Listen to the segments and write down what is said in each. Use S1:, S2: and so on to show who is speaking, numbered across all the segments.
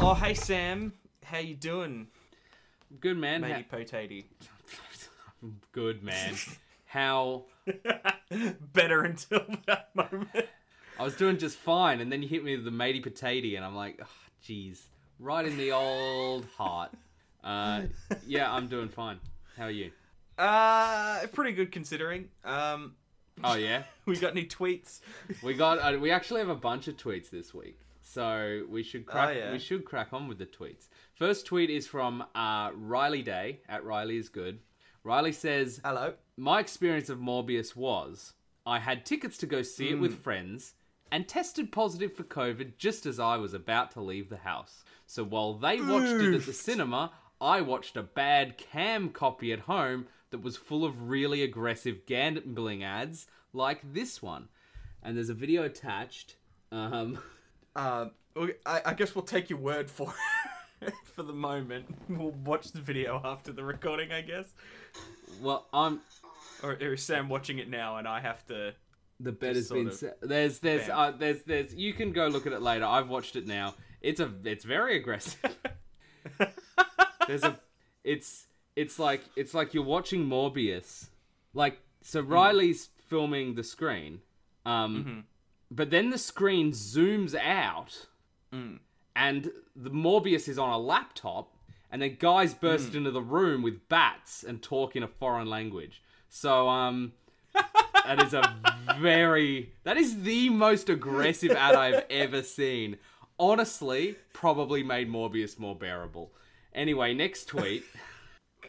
S1: Oh, hey Sam, how you doing,
S2: Good man.
S1: matey potaty?
S2: Ha- Good man. How
S1: Better until that moment.
S2: I was doing just fine, and then you hit me with the matey potato, and I'm like, "Ah, jeez, right in the old heart. Uh, yeah, I'm doing fine. How are you?
S1: Uh, pretty good considering. Um,
S2: Oh yeah,
S1: we got any tweets?
S2: we got uh, we actually have a bunch of tweets this week, so we should crack
S1: yeah.
S2: we should crack on with the tweets. First tweet is from uh, Riley Day at Riley is good. Riley says,
S1: Hello.
S2: My experience of Morbius was I had tickets to go see it with friends and tested positive for COVID just as I was about to leave the house. So while they watched it at the cinema, I watched a bad cam copy at home that was full of really aggressive gambling ads like this one. And there's a video attached. Um,
S1: Um, we- I, I guess we'll take your word for it for the moment. We'll watch the video after the recording, I guess.
S2: well, I'm
S1: Or, or is Sam watching it now, and I have to.
S2: The bed
S1: Just
S2: has been
S1: sort
S2: set. there's there's
S1: bam.
S2: uh, there's there's you can go look at it later. I've watched it now. It's a it's very aggressive. there's a it's it's like it's like you're watching Morbius. Like so Riley's filming the screen. Um
S1: Mm-hmm.
S2: but then the screen zooms out
S1: Mm.
S2: and the Morbius is on a laptop and then guys burst
S1: Mm.
S2: into the room with bats and talk in a foreign language. So um that is a very that is the most aggressive ad I've ever seen. Honestly, probably made Morbius more bearable. Anyway, next tweet,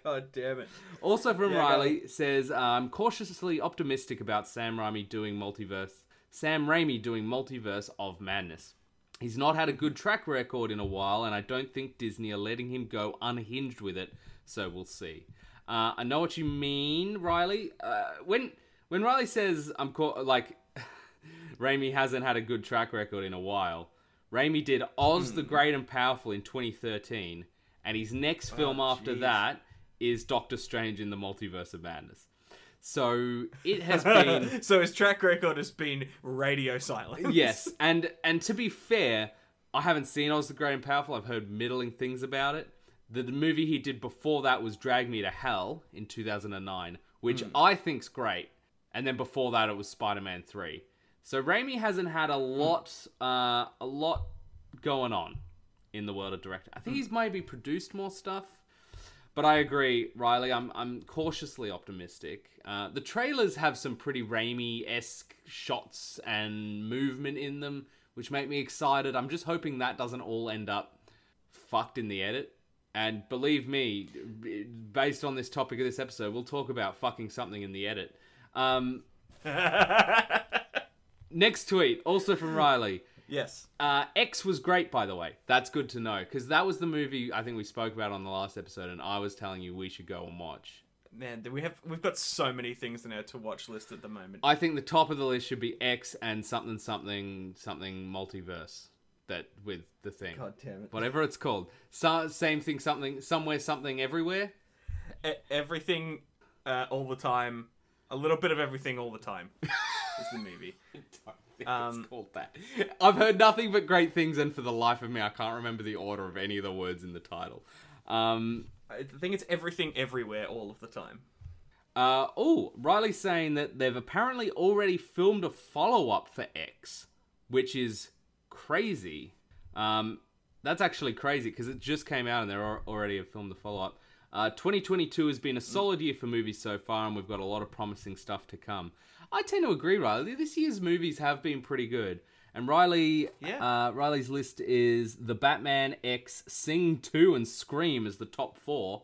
S1: God damn it.
S2: also from
S1: Yeah, go
S2: Riley, says I'm cautiously optimistic about Sam Raimi doing multiverse. Sam Raimi doing multiverse of madness. He's not had a good
S1: Mm-hmm.
S2: track record in a while, and I don't think Disney are letting him go unhinged with it. So we'll see. Uh, I know what you mean, Riley. Uh, when when Riley says I'm caught, like Raimi hasn't had a good track record in a while. Raimi did Oz the Great and Powerful in 2013, and his next film after
S1: jeez.
S2: that is Doctor Strange in the Multiverse of Madness. So it has been
S1: so his track record has been radio silence.
S2: yes, and and to be fair, I haven't seen Oz the Great and Powerful. I've heard middling things about it. The, the movie he did before that was Drag Me to Hell in 2009, which I think's great. And then before that, it was Spider Man 3. So Raimi hasn't had a lot, uh, a lot going on in the world of directing. I think he's maybe produced more stuff. But I agree, Riley. I'm I'm cautiously optimistic. Uh, the trailers have some pretty Raimi esque shots and movement in them, which make me excited. I'm just hoping that doesn't all end up fucked in the edit. And believe me, b- based on this topic of this episode, we'll talk about fucking something in the edit. Um, next tweet, also from Riley.
S1: yes.
S2: Uh, X was great, by the way. That's good to know because that was the movie I think we spoke about on the last episode, and I was telling you we should go and watch.
S1: Man, do we have we've got so many things in our to watch list at the moment.
S2: I think the top of the list should be X and something something something multiverse that with the thing,
S1: God damn it.
S2: whatever it's called. So, same thing, something somewhere, something everywhere.
S1: E- everything uh, all the time, a little bit of everything all the time is the movie.
S2: I think
S1: Um,
S2: it's called that. I've heard nothing but great things, and for the life of me, I can't remember the order of any of the words in the title. Um,
S1: I think it's everything everywhere all of the time.
S2: Uh, oh, Riley's saying that they've apparently already filmed a follow up for X, which is crazy. Um, that's actually crazy because it just came out and they're al- already have filmed the follow up. Uh, 2022 has been a solid year for movies so far, and we've got a lot of promising stuff to come. I tend to agree, Riley. This year's movies have been pretty good. And Riley,
S1: Yeah.
S2: uh, Riley's list is The Batman, X, Sing 2, and Scream as the top four.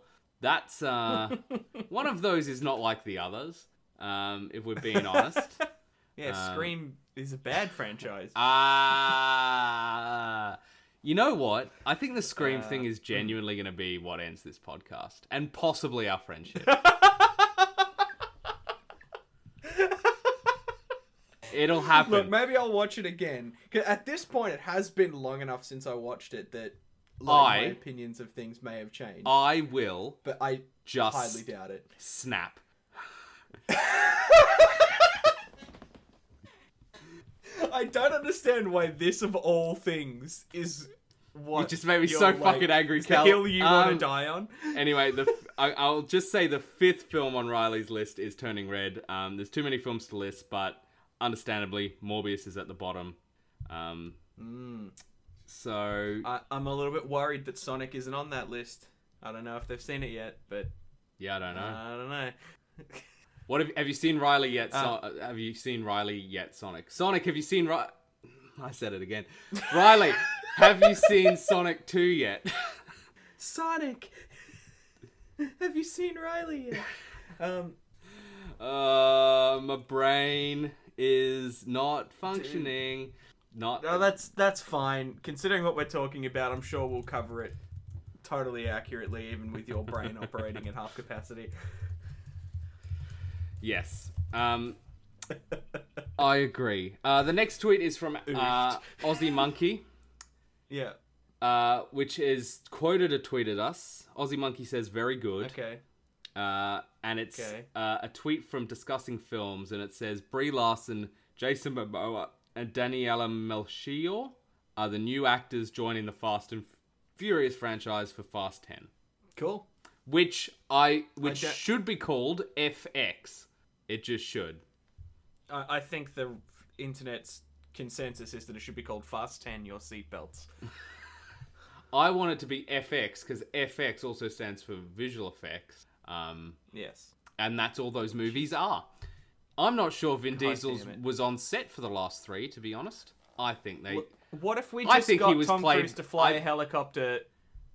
S2: That's uh, one of those is not like the others. Um, if we're being honest,
S1: Yeah,
S2: Um,
S1: Scream is a bad franchise.
S2: ah, you know what? I think the scream thing
S1: Uh,
S2: is
S1: mm.
S2: genuinely going to be what ends this podcast and possibly our friendship. It'll happen.
S1: Look, maybe I'll watch it again. 'Cause at this point, it has been long enough since I watched it that like,
S2: I-
S1: my opinions of things may have changed.
S2: I will
S1: but I
S2: just
S1: highly doubt it.
S2: snap.
S1: I don't understand why this of all things is what
S2: just made me
S1: you're
S2: so
S1: like-
S2: fucking angry,
S1: it's
S2: Cal.
S1: The hill you want
S2: Um,
S1: to die on.
S2: anyway, the f- I, I'll just say the fifth film on Riley's list is Turning Red. Um, there's too many films to list, but understandably, Morbius is at the bottom. Um, So
S1: mm, I, I'm a little bit worried that Sonic isn't on that list. I don't know if they've seen it yet, but
S2: yeah, I don't know.
S1: I don't know.
S2: what have, have you seen Riley yet? So- uh, have you seen Riley yet? Sonic. Sonic. Have you seen? Ri- I said it again. Riley, have you seen Sonic Two yet?
S1: Sonic, have you seen Riley yet? Um,
S2: Uh, my brain is not functioning. Not.
S1: no, that's that's fine. Considering what we're talking about, I'm sure we'll cover it totally accurately, even with your brain operating at half capacity.
S2: Yes. Um, I agree. Uh, the next tweet is from uh,
S1: Oofed.
S2: Aussie Monkey,
S1: yeah.
S2: uh, which is quoted or tweeted us. Aussie Monkey says, "Very good."
S1: Okay.
S2: Uh, and it's
S1: Okay.
S2: uh, a tweet from discussing films, and it says Brie Larson, Jason Momoa, and Daniela Melchior are the new actors joining the Fast and Furious franchise for Fast Ten,
S1: Cool.
S2: which I which
S1: don't-
S2: should be called FX. It just should.
S1: I, I think the internet's consensus is that it should be called Fast Ten Your Seatbelts.
S2: I want it to be FX because FX also stands for visual effects, um,
S1: Yes.
S2: and that's all those movies are. I'm not sure Vin Diesel
S1: damn it.
S2: was on set for the last three. To be honest, I think they.
S1: What if we just
S2: I think
S1: got
S2: he was
S1: Tom
S2: played-
S1: Cruise to fly
S2: I-
S1: a helicopter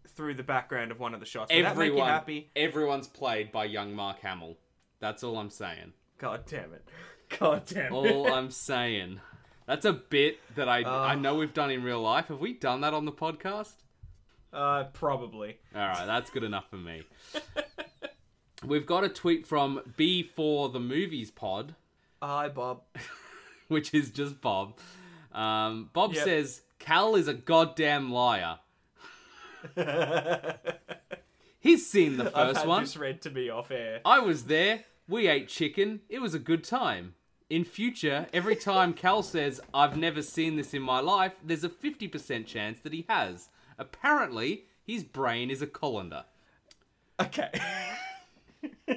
S1: through the background of one of the shots? Would that make you
S2: everyone,
S1: happy?
S2: everyone's played by young Mark Hamill. That's all I'm saying.
S1: God damn it! God damn it!
S2: All I'm saying. That's a bit that I I know we've done in real life. Have we done that on the podcast? Oh.
S1: Uh, probably.
S2: All right, that's good enough for me. we've got a tweet from B for the Movies Pod,
S1: Hi, Bob.
S2: which is just Bob. Um, Bob
S1: Yep.
S2: says Cal is a goddamn liar. He's seen the
S1: I've
S2: first
S1: had
S2: one.
S1: this read to me off air.
S2: I was there. We ate chicken. It was a good time. In future, every time Cal says, I've never seen this in my life, there's a 50% chance that he has. Apparently, his brain is a colander.
S1: Okay.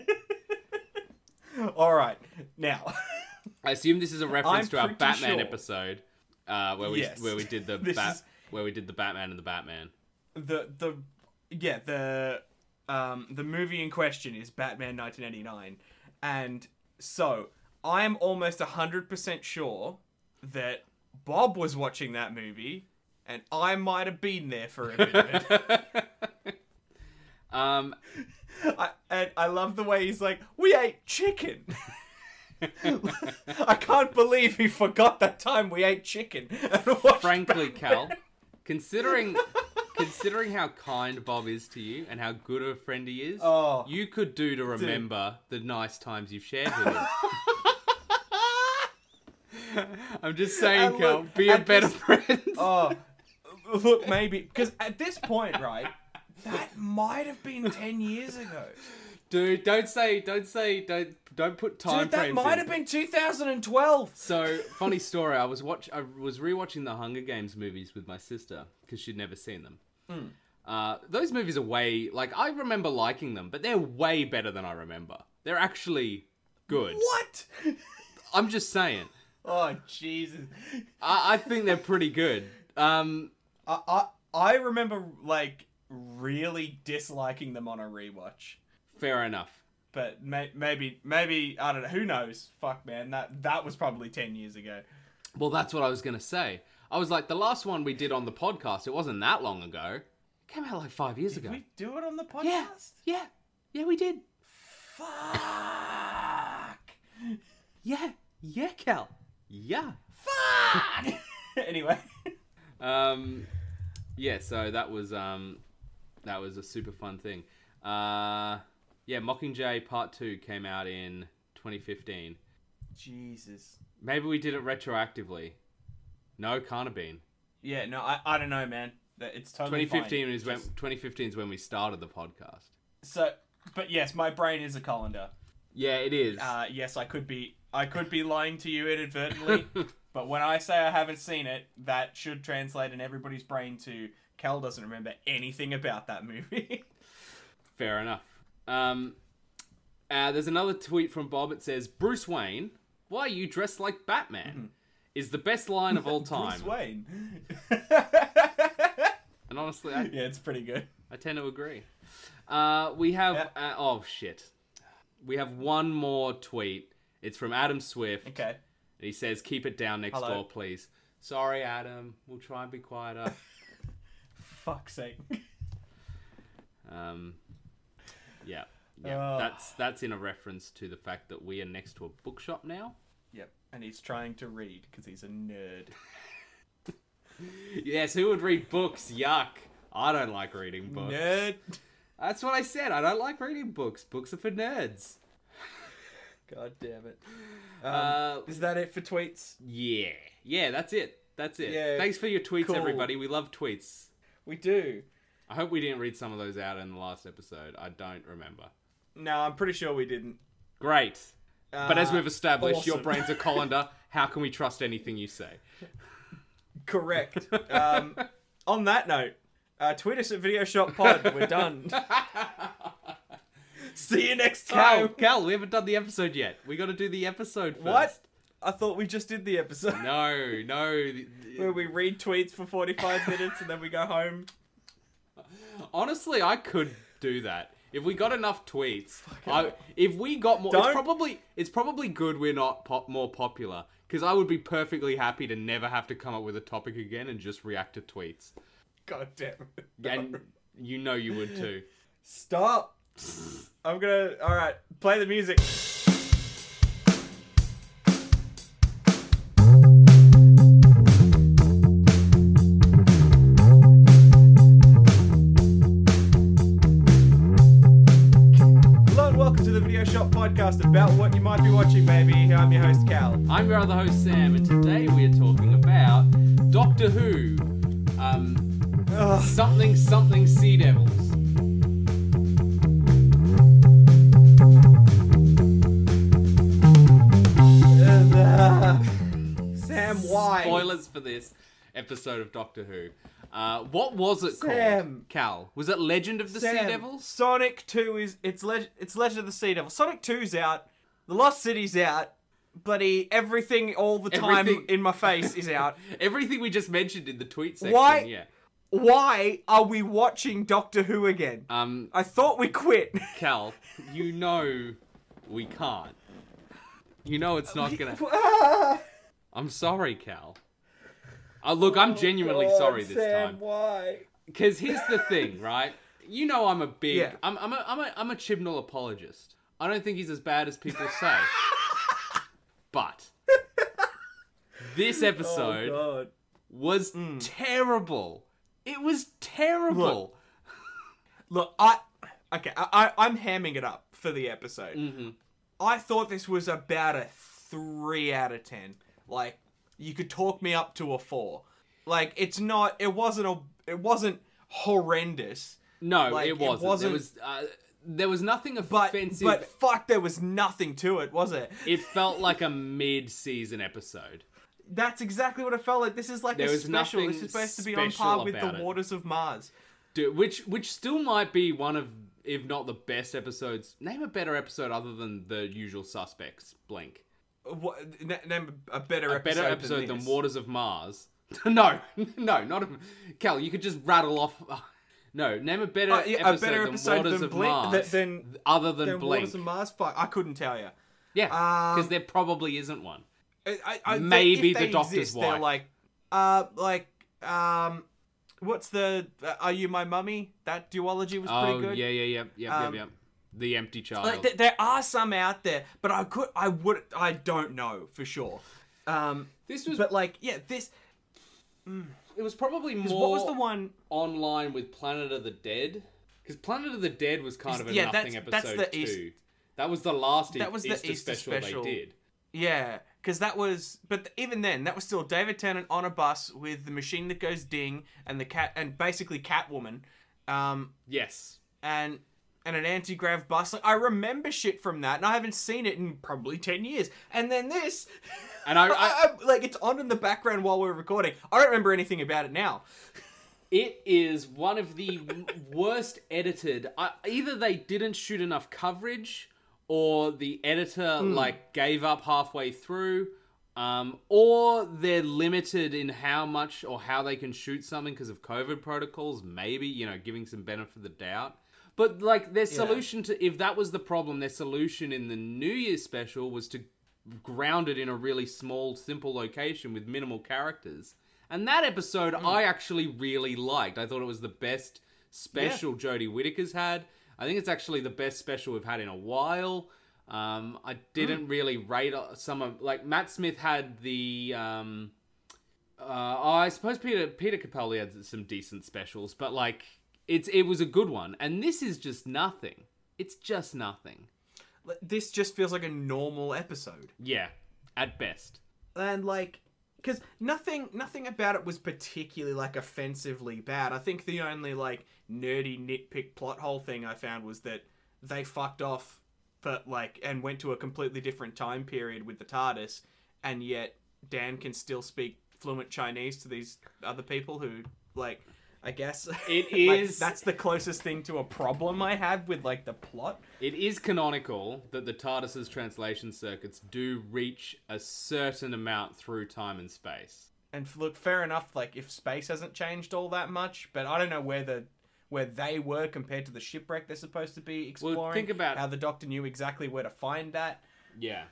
S1: All right. Now,
S2: I assume this is a reference
S1: I'm
S2: to our
S1: pretty
S2: Batman
S1: sure.
S2: episode, uh, where we
S1: Yes.
S2: where we did the
S1: This
S2: bat,
S1: is-
S2: where we did the Batman and the Batman.
S1: the the yeah the um the movie in question is Batman 1989, and so I'm almost hundred percent sure that Bob was watching that movie, and I might have been there for a bit of it.
S2: Um,
S1: I, and I love the way he's like, "We ate chicken." I can't believe he forgot that time we ate chicken. And watched
S2: frankly, Cal, considering considering how kind Bob is to you and how good of a friend he is,
S1: Oh.
S2: you could do to remember the nice times you've shared with him. I'm just saying,
S1: And
S2: Cal,
S1: look,
S2: be a
S1: at
S2: better
S1: this-
S2: friend.
S1: Oh, look, maybe because at this point, right, that might have been ten years ago.
S2: Dude, don't say, don't say, don't, don't put time
S1: Dude, that
S2: frames
S1: might
S2: in.
S1: have been 2012.
S2: So funny story. I was watch. I was rewatching the Hunger Games movies with my sister because she'd never seen them.
S1: Hmm.
S2: Uh, those movies are way like I remember liking them, but they're way better than I remember. They're actually good.
S1: What?
S2: I'm just saying.
S1: Oh Jesus!
S2: I, I think they're pretty good. Um,
S1: I, I I remember like really disliking them on a rewatch.
S2: fair enough.
S1: But may- maybe, maybe I don't know. Who knows? Fuck, man. That that was probably ten years ago.
S2: Well, that's what I was gonna say. I was like, the last one we did on the podcast, it wasn't that long ago. It came out like five years
S1: Did
S2: ago.
S1: we do it on the podcast?
S2: Yeah, yeah, yeah. We did.
S1: Fuck.
S2: Yeah, yeah, Cal. Yeah.
S1: Fuck. anyway,
S2: Um, yeah, so that was um, that was a super fun thing. Uh, yeah, Mockingjay Part Two came out in 2015.
S1: Jesus.
S2: Maybe we did it retroactively. No, can't have been.
S1: Yeah. No, I, I don't know, man. That it's totally
S2: 2015
S1: fine.
S2: is when
S1: Just-
S2: 2015 is when we started the podcast.
S1: So, but yes, my brain is a colander.
S2: Yeah, it is.
S1: Ah. Uh, yes, I could be I could be lying to you inadvertently. But when I say I haven't seen it, that should translate in everybody's brain to Cal doesn't remember anything about that movie.
S2: Fair enough. Um, uh, there's another tweet from Bob. It says, "Bruce Wayne, why are you dressed like Batman?" Is the best line of all
S1: Mm-hmm.
S2: time.
S1: Bruce Wayne.
S2: And honestly, I,
S1: yeah, it's pretty good.
S2: I tend to agree. Uh, we have
S1: Yeah.
S2: uh, oh shit, we have one more tweet. It's from Adam Swift.
S1: Okay.
S2: He says, "Keep it down next
S1: Hello.
S2: door, please." Sorry, Adam. We'll try and be quieter.
S1: Fuck's sake.
S2: Um, yeah, yeah.
S1: Ugh.
S2: That's that's in a reference to the fact that we are next to a bookshop now.
S1: Yep. And he's trying to read because he's a nerd.
S2: Yes, who would read books? Yuck. I don't like reading books.
S1: Nerd.
S2: That's what I said. I don't like reading books. Books are for nerds.
S1: God damn it. Um,
S2: Uh,
S1: is that it for tweets?
S2: Yeah. Yeah, that's it. That's it.
S1: Yeah,
S2: Thanks for your tweets,
S1: cool.
S2: everybody. We love tweets.
S1: We do.
S2: I hope we didn't read some of those out in the last episode. I don't remember.
S1: No, I'm pretty sure we didn't.
S2: Great. But as
S1: Uh,
S2: we've established, your
S1: awesome.
S2: brain's a colander. How can we trust anything you say?
S1: Correct. Um, on that note, uh, tweet us at Video Shop Pod. We're done. See you next
S2: Cal,
S1: time.
S2: Cal, we haven't done the episode yet. We got to do the episode first.
S1: What? I thought we just did the episode
S2: No, no. th-
S1: where we read tweets for 45 minutes and then we go home.
S2: Honestly, I could do that. If we got enough tweets, I, if we got more, it's
S1: Don't-
S2: probably it's probably good we're not pop, more popular because I would be perfectly happy to never have to come up with a topic again and just react to tweets.
S1: God damn it.
S2: And you know you would too.
S1: Stop. I'm gonna. Alright, play the music. Hello and welcome to the Video Shop Podcast about what you might be watching, baby. I'm your host, Cal.
S2: I'm your other host Sam, and today we are talking about Doctor Who, um,
S1: Ugh.
S2: something something sea devils.
S1: Sam, why?
S2: Spoilers for this episode of Doctor Who. Uh, what was it
S1: Sam.
S2: called? Cal. Was it Legend of the Sea
S1: Sam,
S2: Devils?
S1: Sonic Two is it's leg it's Legend of the Sea Devil. Sonic 2's out. The Lost City's out. Bloody everything all the time
S2: Everything-
S1: in my face is out.
S2: Everything we just mentioned in the tweet section.
S1: Why-
S2: Yeah.
S1: Why are we watching Doctor Who again?
S2: Um,
S1: I thought we quit.
S2: Cal, you know we can't. You know it's not gonna. I'm sorry, Cal. Uh, look,
S1: Oh,
S2: I'm genuinely sorry this time.
S1: Why?
S2: Because here's the thing, right? You know I'm a big,
S1: Yeah.
S2: I'm, I'm, a, I'm, a, I'm a Chibnall apologist. I don't think he's as bad as people say. but this episode
S1: Oh, God. Mm.
S2: was terrible. It was terrible.
S1: Look, I okay. I, I I'm hamming it up for the episode.
S2: hmm
S1: I thought this was about a three out of ten. Like you could talk me up to a four. Like it's not. It wasn't a. It wasn't horrendous.
S2: No,
S1: Like,
S2: it
S1: it
S2: wasn't. It
S1: wasn't-
S2: was. Uh, there was nothing
S1: But
S2: offensive.
S1: but fuck, there was nothing to it, was it?
S2: it felt like a mid-season episode.
S1: That's exactly what it felt like. This is like
S2: There
S1: a
S2: was
S1: special. This
S2: nothing
S1: is supposed to be on
S2: special
S1: par with
S2: about
S1: the
S2: it.
S1: waters of Mars.
S2: Dude, which which still might be one of, if not the best episodes. Name a better episode other than the usual suspects. Blink.
S1: What, n- name a better
S2: A
S1: episode
S2: better episode than,
S1: this.
S2: Waters of Mars. no, no, not a, Cal. You could just rattle off. no, name a better,
S1: Uh, yeah, a
S2: episode,
S1: better
S2: than
S1: episode
S2: Waters
S1: than
S2: of
S1: Blink- than-
S2: Mars
S1: than-
S2: other than,
S1: than
S2: Blink.
S1: waters of Mars. Fuck, I couldn't tell you.
S2: yeah, because
S1: Um,
S2: there probably isn't one.
S1: I, I, I,
S2: Maybe
S1: if
S2: the
S1: they
S2: doctor's
S1: exist, They're
S2: wife.
S1: like, uh, like, um, what's the? Uh, Are you my mummy? That duology was
S2: Oh
S1: pretty good.
S2: yeah, yeah, yeah, yeah,
S1: Um,
S2: yeah, yeah. The empty child.
S1: Like, th- there are some out there, but I could, I would, I don't know for sure. Um,
S2: this was
S1: but like, yeah, this.
S2: it was probably more.
S1: What was the one?
S2: online with Planet of the Dead? Because Planet of the Dead was kind
S1: Is-
S2: of a
S1: yeah,
S2: nothing
S1: that's- that's
S2: episode
S1: the
S2: too.
S1: East-
S2: that was the last
S1: That
S2: e-
S1: was the
S2: Easter,
S1: Easter
S2: special,
S1: special.
S2: they did.
S1: Yeah, because that was. But th- even then, that was still David Tennant on a bus with the machine that goes ding and the cat and basically Catwoman. Um,
S2: Yes.
S1: and and an anti-grav bus. Like I remember shit from that, and I haven't seen it in probably ten years. And then this,
S2: And I, I
S1: I, I, like it's on in the background while we're recording. I don't remember anything about it now.
S2: It is one of the w- worst edited. I, either they didn't shoot enough coverage, or the editor like gave up halfway through, um, or they're limited in how much or how they can shoot something because of COVID protocols. Maybe you know, giving some benefit of the doubt. But like their solution to if that was the problem, their solution in the New Year's special was to ground it in a really small, simple location with minimal characters. And that episode I actually really liked. I thought it was the best special Jodie Whittaker's had. I think it's actually the best special we've had in a while. Um, I didn't really rate uh, some of like Matt Smith had the. Um, uh, I suppose Peter Peter Capaldi had some decent specials, but like it's it was a good one, and this is just nothing. It's just nothing.
S1: Like, This just feels like a normal episode.
S2: Yeah, at best.
S1: and like because nothing nothing about it was particularly like offensively bad i think the only like nerdy nitpick plot hole thing i found was that they fucked off but like and went to a completely different time period with the tardis and yet dan can still speak fluent chinese to these other people who like i guess
S2: It
S1: like,
S2: is-
S1: that's the closest thing to a problem i have with like the plot
S2: It is canonical that the TARDIS's translation circuits do reach a certain amount through time and space.
S1: and f- look fair enough like if space hasn't changed all that much but i don't know where the where they were compared to the shipwreck they're supposed to be exploring
S2: think about-
S1: how the doctor knew exactly where to find that
S2: Yeah.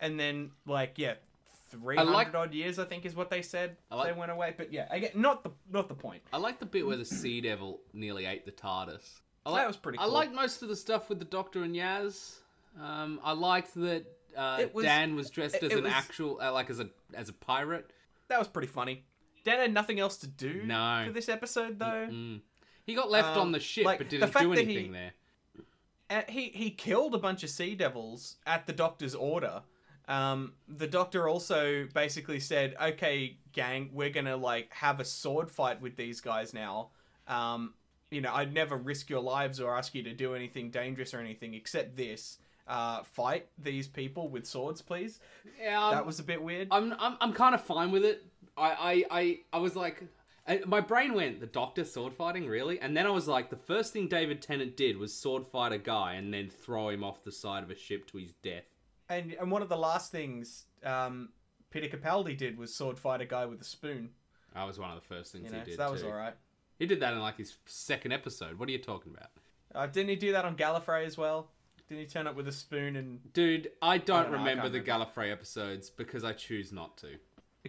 S1: and then like yeah 300
S2: like-
S1: odd years i think is what they said
S2: like-
S1: they went away but yeah i get not the not the point
S2: I like the bit where the Sea Devil nearly ate the TARDIS.
S1: That
S2: I like,
S1: was pretty
S2: I
S1: cool.
S2: liked most of the stuff with the Doctor and Yaz. Um, I liked that uh,
S1: It was-
S2: Dan was dressed
S1: it-
S2: as
S1: it
S2: an
S1: was-
S2: actual, uh, like as a as a pirate.
S1: that was pretty funny dan had nothing else to do
S2: No.
S1: for this episode though
S2: Mm. He got left
S1: Um,
S2: on the ship,
S1: like,
S2: but
S1: the
S2: didn't
S1: fact
S2: do
S1: that he-
S2: anything there.
S1: And Uh, he he killed a bunch of sea devils at the doctor's order. Um, the doctor also basically said, "Okay, gang, we're gonna like have a sword fight with these guys now. Um, you know, I'd never risk your lives or ask you to do anything dangerous or anything except this. Uh, fight these people with swords, please.
S2: Yeah, I'm-
S1: That was a bit weird.
S2: I'm I'm, I'm kind of fine with it. I I I, I was like. I- My brain went the doctor sword fighting really, and then I was like, the first thing David Tennant did was sword fight a guy and then throw him off the side of a ship to his death.
S1: And and one of the last things um, Peter Capaldi did was sword fight a guy with a spoon.
S2: That was one of the first things
S1: You know,
S2: he
S1: so
S2: did.
S1: that was
S2: too.
S1: all right.
S2: He did that in like his second episode. What are you talking about,
S1: Uh, didn't he do that on Gallifrey as well? Didn't he turn up with a spoon and
S2: dude? I don't,
S1: don't know, I
S2: remember
S1: can't
S2: the
S1: remember.
S2: Gallifrey episodes because I choose not to.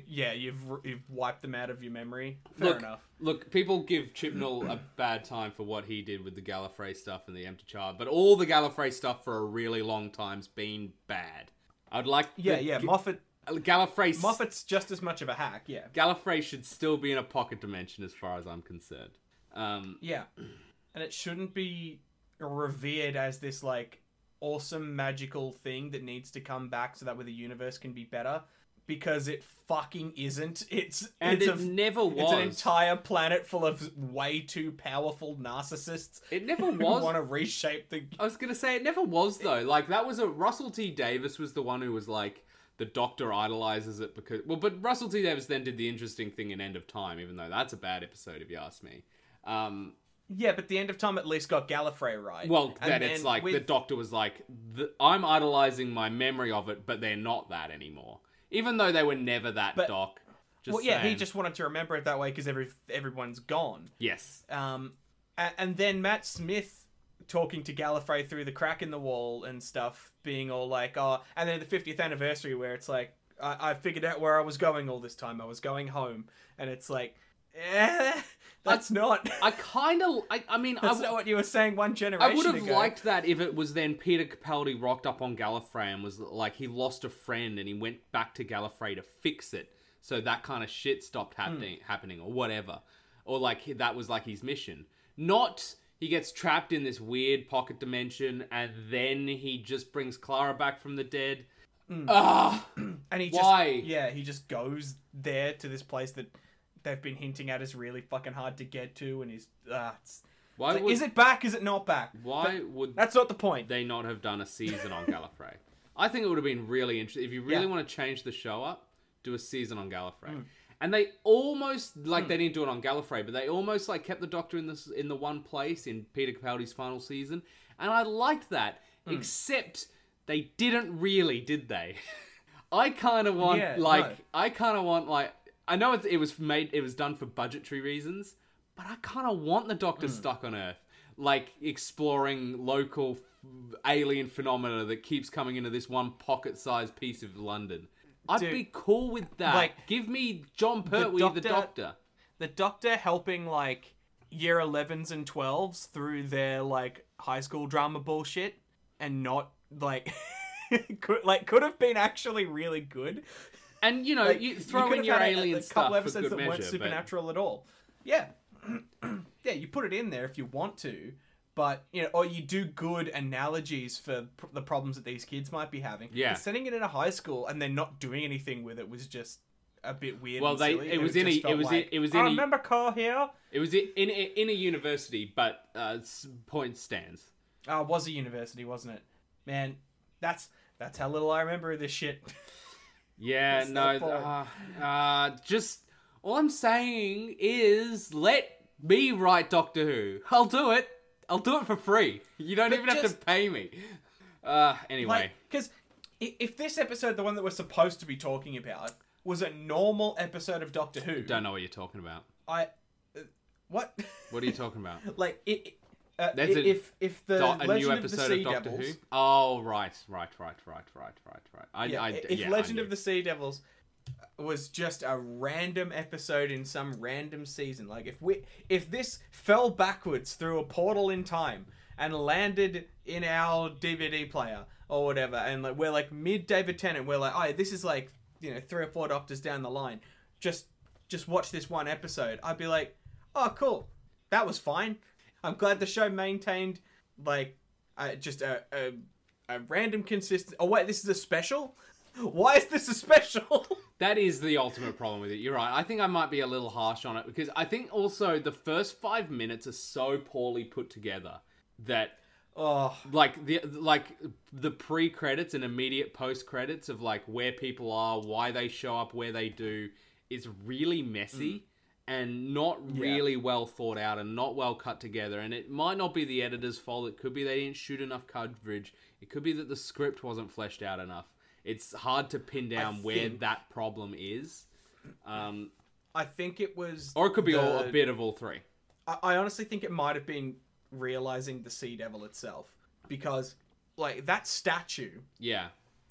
S1: Yeah, you've r- you've wiped them out of your memory. Fair
S2: look,
S1: enough.
S2: look, people give Chibnall a bad time for what he did with the Gallifrey stuff and the Empty Child, but all the Gallifrey stuff for a really long time's been bad. I'd like
S1: Yeah,
S2: the
S1: yeah.
S2: Ga-
S1: Moffat
S2: Gallifrey. s-
S1: Moffat's just as much of a hack. Yeah,
S2: Gallifrey should still be in a pocket dimension, as far as I'm concerned. Um,
S1: yeah. And it shouldn't be revered as this like awesome magical thing that needs to come back so that way the universe can be better because it fucking isn't. It's
S2: and
S1: it's
S2: it
S1: a,
S2: never was.
S1: it's an entire planet full of way too powerful narcissists
S2: it never
S1: who
S2: was.
S1: want to reshape the.
S2: I was gonna say it never was though. Like that was a Russell T Davis was the one who was like the Doctor idolizes it because well, but Russell T Davis then did the interesting thing in End of Time, even though that's a bad episode if you ask me. Um,
S1: Yeah, but the end of time at least got Gallifrey right.
S2: well,
S1: And
S2: then it's like the
S1: with-
S2: Doctor was like, the, I'm idolizing my memory of it, but they're not that anymore. Even though they were never that
S1: But-
S2: Doc. Just
S1: Well, yeah, he
S2: saying.
S1: just wanted to remember it that way because every everyone's gone.
S2: yes.
S1: Um, and, and then Matt Smith talking to Gallifrey through the crack in the wall and stuff, being all like, "Oh," and then the fiftieth anniversary where it's like, I, "I figured out where I was going all this time. I was going home," and it's like, eh, "That's not.
S2: I kind of, I, I mean, I,
S1: that's
S2: w-
S1: not what you were saying one
S2: I
S1: generation
S2: would have
S1: ago."
S2: liked that if it was then Peter Capaldi rocked up on Gallifrey and was like he lost a friend and he went back to Gallifrey to fix it, so that kind of shit stopped
S1: Hmm.
S2: happening, happening or whatever, or like he- that was like his mission. Not he gets trapped in this weird pocket dimension and then he just brings Clara back from the dead.
S1: Hmm.
S2: Ah,
S1: and he
S2: why?
S1: just yeah, he just goes there to this place that they've been hinting at is really fucking hard to get to, and he's ah, it's,
S2: why
S1: it's like,
S2: would
S1: is it back? Is it not back?
S2: why would
S1: That's not the point.
S2: they not have done a season on Gallifrey? I think it would have been really interesting if you really
S1: Yeah. Mm.
S2: want to change the show up. do a season on Gallifrey. And they almost like they didn't do it on Gallifrey, but they almost like kept the Doctor in this in the one place in Peter Capaldi's final season, and I liked that.
S1: Mm.
S2: Except they didn't really, did they? I kind of want
S1: Yeah,
S2: like
S1: no.
S2: I kind of want like I know it's, it was made it was done for budgetary reasons, but I kind of want the Doctor
S1: Hmm.
S2: stuck on Earth, like exploring local f- alien phenomena that keeps coming into this one pocket-sized piece of London. I'd
S1: Dude,
S2: be cool with that.
S1: like,
S2: Like, give me John Pertwee, the Doctor.
S1: Doctor- the doctor helping like year 11s and 12s through their like high school drama bullshit and not like could like could have been actually really good
S2: And you know,
S1: like,
S2: you throw
S1: could
S2: in
S1: have
S2: your
S1: had a-
S2: alien
S1: a,
S2: stuff
S1: couple
S2: for
S1: episodes
S2: good
S1: that
S2: measure.
S1: weren't
S2: but-
S1: supernatural at all yeah yeah you put it in there if you want to but you know or you do good analogies for pr- the problems that these kids might be having
S2: Yeah.
S1: But sending it in a high school and then not doing anything with it was just a bit weird
S2: Well,
S1: and
S2: they-
S1: silly,
S2: it
S1: and
S2: was in a-
S1: just
S2: it
S1: felt
S2: was in-
S1: like,
S2: it was
S1: "I
S2: in a-
S1: remember Carl here
S2: It was in in, in a university, but uh, s- point stands.
S1: Oh, it was a university, wasn't it? Man, that's that's how little I remember of this shit.
S2: Yeah,
S1: It's
S2: no,
S1: that boring.
S2: uh, uh, just all I'm saying is let me write Doctor Who. I'll do it. I'll do it for free. You don't even have to
S1: just-
S2: pay me. Uh, anyway,
S1: Like, because if this episode, the one that we're supposed to be talking about, was a normal episode of Doctor Who,
S2: don't know what you're talking about.
S1: I uh, what?
S2: What are you talking about?
S1: like it? it- Uh, i-
S2: There's a
S1: if if the
S2: Do- a
S1: Legend
S2: new
S1: of the
S2: episode of,
S1: Sea
S2: Doctor
S1: Devils,
S2: Who. Oh, right, right, right, right, right, right, right. I,
S1: yeah,
S2: I,
S1: if
S2: yeah, I
S1: Legend
S2: knew.
S1: of the Sea Devils was just a random episode in some random season, like if we if this fell backwards through a portal in time and landed in our DVD player or whatever, and like we're like mid David Tennant, we're like, oh, this is like you know three or four doctors down the line. Just just watch this one episode. I'd be like, oh, cool, that was fine. I'm glad the show maintained like uh, just a, a a random consistent. Oh wait, this is a special. Why is this a special?
S2: That is the ultimate problem with it. You're right. I think I might be a little harsh on it because I think also the first five minutes are so poorly put together that
S1: oh,
S2: like the like the pre credits and immediate post credits of like where people are, why they show up, where they do is really messy
S1: Mm.
S2: and not really well thought out and not well cut together. And it might not be the editor's fault. It could be they didn't shoot enough coverage. It could be that the script wasn't fleshed out enough. It's hard to pin down where
S1: think-
S2: that problem is. Um,
S1: I think it was.
S2: or it could be all, a
S1: the-
S2: bit of all three.
S1: I, I honestly think it might have been realizing the sea devil itself because, like, that statue
S2: Yeah.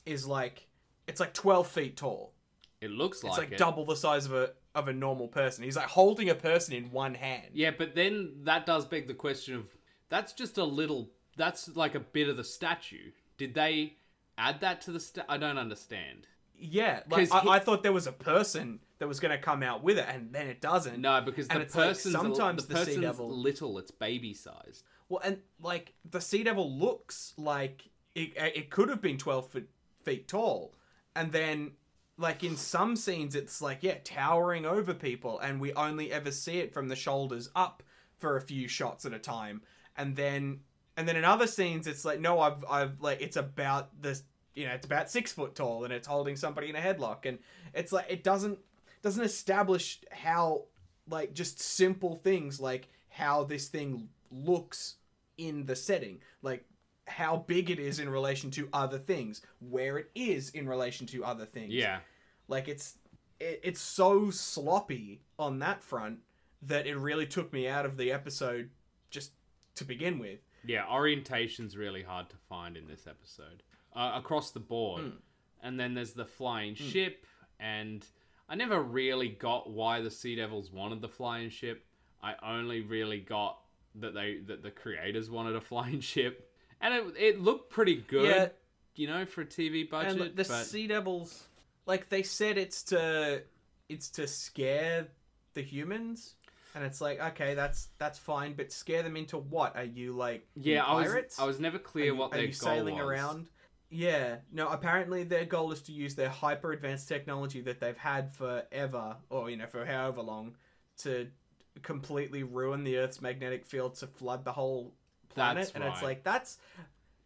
S1: is like it's like twelve feet tall.
S2: It looks like
S1: It's like
S2: it.
S1: double the size of a of a normal person. He's like holding a person in one hand.
S2: Yeah, but then that does beg the question of that's just a little that's like a bit of the statue. Did they add that to the sta- I don't understand.
S1: Yeah,
S2: 'Cause
S1: like I,
S2: he-
S1: I thought there was a person that was going to come out with it, and then it doesn't.
S2: No, because
S1: And
S2: the
S1: it's like,
S2: person's a-
S1: sometimes
S2: the
S1: the sea
S2: person's
S1: devil-
S2: little, it's baby sized.
S1: Well, and like the sea devil looks like it, it could have been twelve foot, feet tall, and then like in some scenes it's like yeah towering over people, and we only ever see it from the shoulders up for a few shots at a time, and then and then in other scenes it's like no I've I've like it's about this you know it's about six foot tall and it's holding somebody in a headlock, and it's like it doesn't doesn't establish how like just simple things like how this thing looks in the setting like how big it is in relation to other things where it is in relation to other things
S2: Yeah.
S1: like it's it, it's so sloppy on that front that it really took me out of the episode just to begin with
S2: Yeah, orientation's really hard to find in this episode uh, across the board.
S1: Hmm.
S2: And then there's the flying ship, and I never really got why the Sea Devils wanted the flying ship. I only really got that they that the creators wanted a flying ship, and it, it looked pretty good,
S1: Yeah.
S2: you know, for a TV budget.
S1: and look, the
S2: but
S1: sea devils like they said it's to it's to scare the humans and it's like okay that's that's fine but scare them into what are you like
S2: yeah, I was
S1: pirates
S2: I was never
S1: are
S2: clear
S1: you,
S2: what
S1: are
S2: their
S1: you
S2: goal
S1: sailing
S2: was.
S1: around yeah no apparently their goal is to use their hyper advanced technology that they've had forever or you know for however long to completely ruin the earth's magnetic field to flood the whole planet
S2: That's
S1: and it's
S2: right.
S1: like that's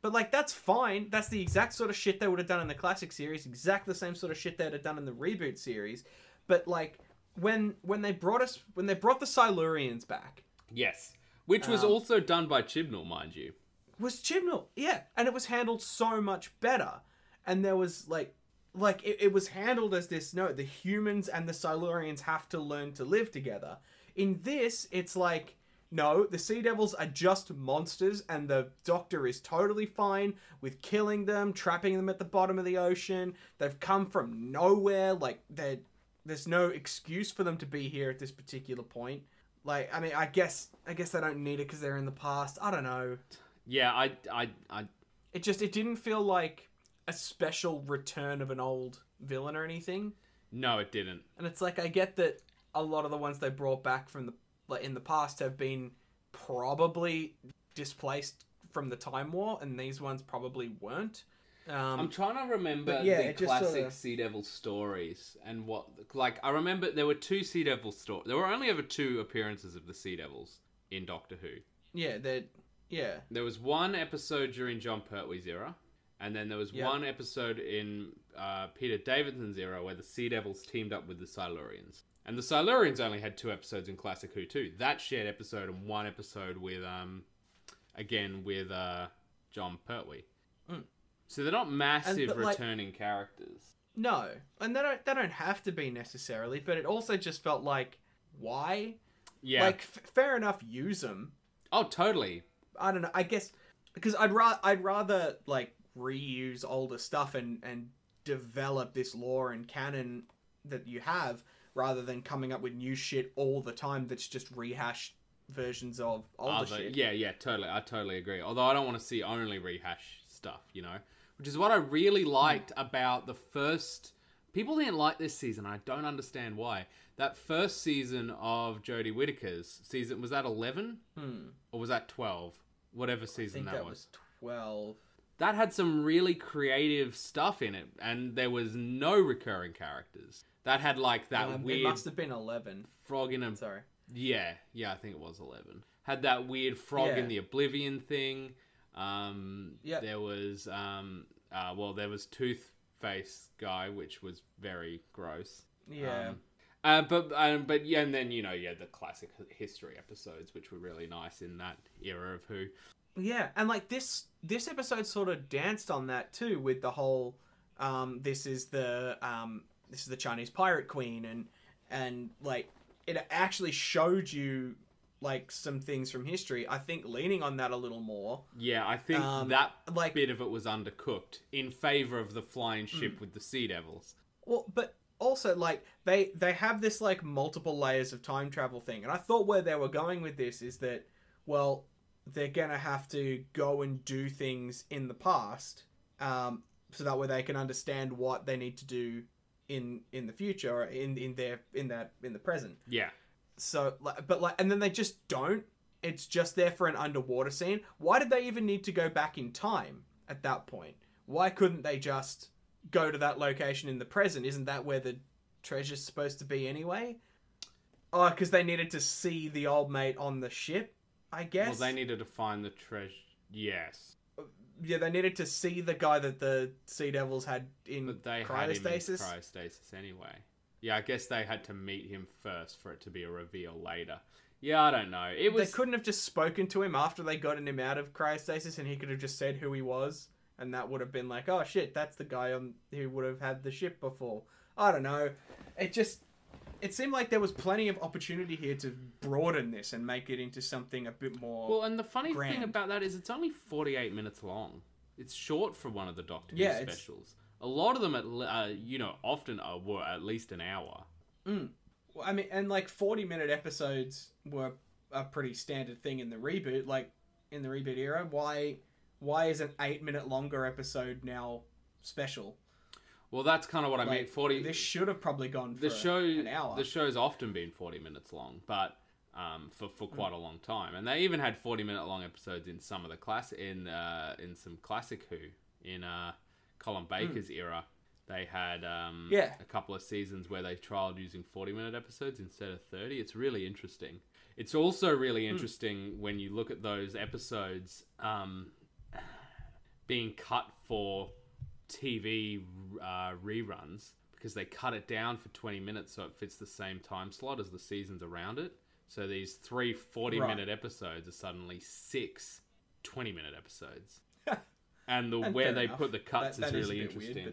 S1: But like that's fine. That's the exact sort of shit they would have done in the classic series, exact the same sort of shit they'd have done in the reboot series. But like when when they brought us when they brought the Silurians back,
S2: Yes. Which was
S1: Um,
S2: also done by Chibnall, mind you.
S1: was Chibnall. Yeah, and it was handled so much better. And there was like, like it, it was handled as this. No, the humans and the Silurians have to learn to live together. In this, it's like. No, the Sea Devils are just monsters, and the Doctor is totally fine with killing them, trapping them at the bottom of the ocean. They've come from nowhere. Like, they're, there's no excuse for them to be here at this particular point. Like, I mean, I guess, I guess they don't need it because they're in the past. I don't know
S2: Yeah, I, I, I,
S1: it just it didn't feel like a special return of an old villain or anything
S2: no, it didn't.
S1: and it's like i get that a lot of the ones they brought back from the like in the past have been probably displaced from the time war and these ones probably weren't
S2: I'm
S1: um
S2: trying to remember
S1: But yeah,
S2: the
S1: it just
S2: classic
S1: sorta-
S2: Sea Devil stories and what, like, I remember there were two Sea Devil stories. There were only ever two appearances of the Sea Devils in Doctor Who.
S1: yeah that yeah
S2: There was one episode during John Pertwee's era, and then there was
S1: Yeah.
S2: one episode in uh, Peter Davidson's era where the Sea Devils teamed up with the Silurians. And the Silurians only had two episodes in Classic Who too. That shared episode and one episode with, um, again with uh, John Pertwee.
S1: Mm.
S2: So they're not massive
S1: but, like-
S2: returning characters.
S1: no and they don't they don't have to be necessarily but it also just felt like why
S2: Yeah.
S1: like f- fair enough use them
S2: oh, totally.
S1: I don't know. I guess because I'd rather I'd rather like reuse older stuff and and develop this lore and canon that you have rather than coming up with new shit all the time that's just rehashed versions of older
S2: Other-
S1: shit.
S2: Yeah, yeah, totally. I totally agree. Although I don't want to see only rehash stuff, you know, which is what I
S1: Hmm.
S2: really liked about the first. People didn't like this season. I don't understand why. That first season of Jodie Whittaker's season was that eleven
S1: Hmm.
S2: or was that twelve? Whatever
S1: I
S2: season
S1: think
S2: that,
S1: that
S2: was.
S1: was twelve.
S2: That had some really creative stuff in it, and there was no recurring characters. That had like that
S1: Um, It
S2: weird Um,
S1: must have been eleven.
S2: frog in a
S1: Sorry.
S2: yeah, yeah, I think it was eleven. Had that weird frog
S1: Yeah.
S2: in the Oblivion thing. Um,
S1: Yeah.
S2: There was um, uh, well, there was Toothface guy, which was very gross.
S1: Yeah.
S2: Um, uh, but um, but yeah, and then you know you had the classic h- history episodes, which were really nice in that era of Who.
S1: Yeah, and like this this episode sort of danced on that too with the whole um this is the um this is the Chinese pirate queen and and like it actually showed you like some things from history. I think leaning on that a little more.
S2: Yeah, I think
S1: Um,
S2: that
S1: like-
S2: bit of it was undercooked in favor of the flying
S1: Hmm.
S2: ship with the Sea Devils.
S1: Well, but also like they they have this like multiple layers of time travel thing, and I thought where they were going with this is that well they're gonna have to go and do things in the past, um, so that way they can understand what they need to do in in the future or in in their in that in the present.
S2: Yeah,
S1: So, like, but like, and then they just don't. It's just there for an underwater scene. Why did they even need to go back in time at that point? Why couldn't they just go to that location in the present? Isn't that where the treasure's supposed to be anyway? Oh, because they needed to see the old mate on the ship, I guess.
S2: well, they needed to find the treasure. Yes,
S1: yeah, they needed to see the guy that the Sea Devils had in
S2: But they had him in
S1: cryostasis.
S2: cryostasis anyway. Yeah, I guess they had to meet him first for it to be a reveal later. Yeah, I don't know. It
S1: They
S2: was
S1: couldn't have just spoken to him after they gotten him out of cryostasis, and he could have just said who he was, and that would have been like, oh shit, that's the guy on who would have had the ship before. I don't know. It just it seemed like there was plenty of opportunity here to broaden this and make it into something a bit more.
S2: well, and the funny thing
S1: grand.
S2: about that is it's only forty-eight minutes long. It's short for one of the Doctor Who
S1: Yeah, it's-
S2: specials. A lot of them, at, le- uh, you know, often are, were at least an hour.
S1: mm. I mean, and like forty minute episodes were a pretty standard thing in the reboot, like in the reboot era. Why why is an eight minute longer episode now special?
S2: Well, that's kind of what I mean.
S1: Like,
S2: Forty.
S1: This should have probably gone for
S2: the
S1: a-
S2: show
S1: an hour.
S2: the show's often been 40 minutes long but um, for, for quite a long time and they even had 40 minute long episodes in some of the class in uh, in some classic who in uh, colin baker's era they had um,
S1: Hmm. Yeah.
S2: a couple of seasons where they trialed using 40 minute episodes instead of 30 it's really interesting it's
S1: Hmm.
S2: also really interesting when you look at those episodes um, being cut for TV uh, reruns because they cut it down for 20 minutes so it fits the same time slot as the seasons around it. So these three 40
S1: Right.
S2: minute episodes are suddenly six 20 minute episodes. and the
S1: And
S2: where
S1: fair
S2: they
S1: enough.
S2: put the cuts
S1: That-
S2: is
S1: that is a
S2: really
S1: bit weird,
S2: interesting.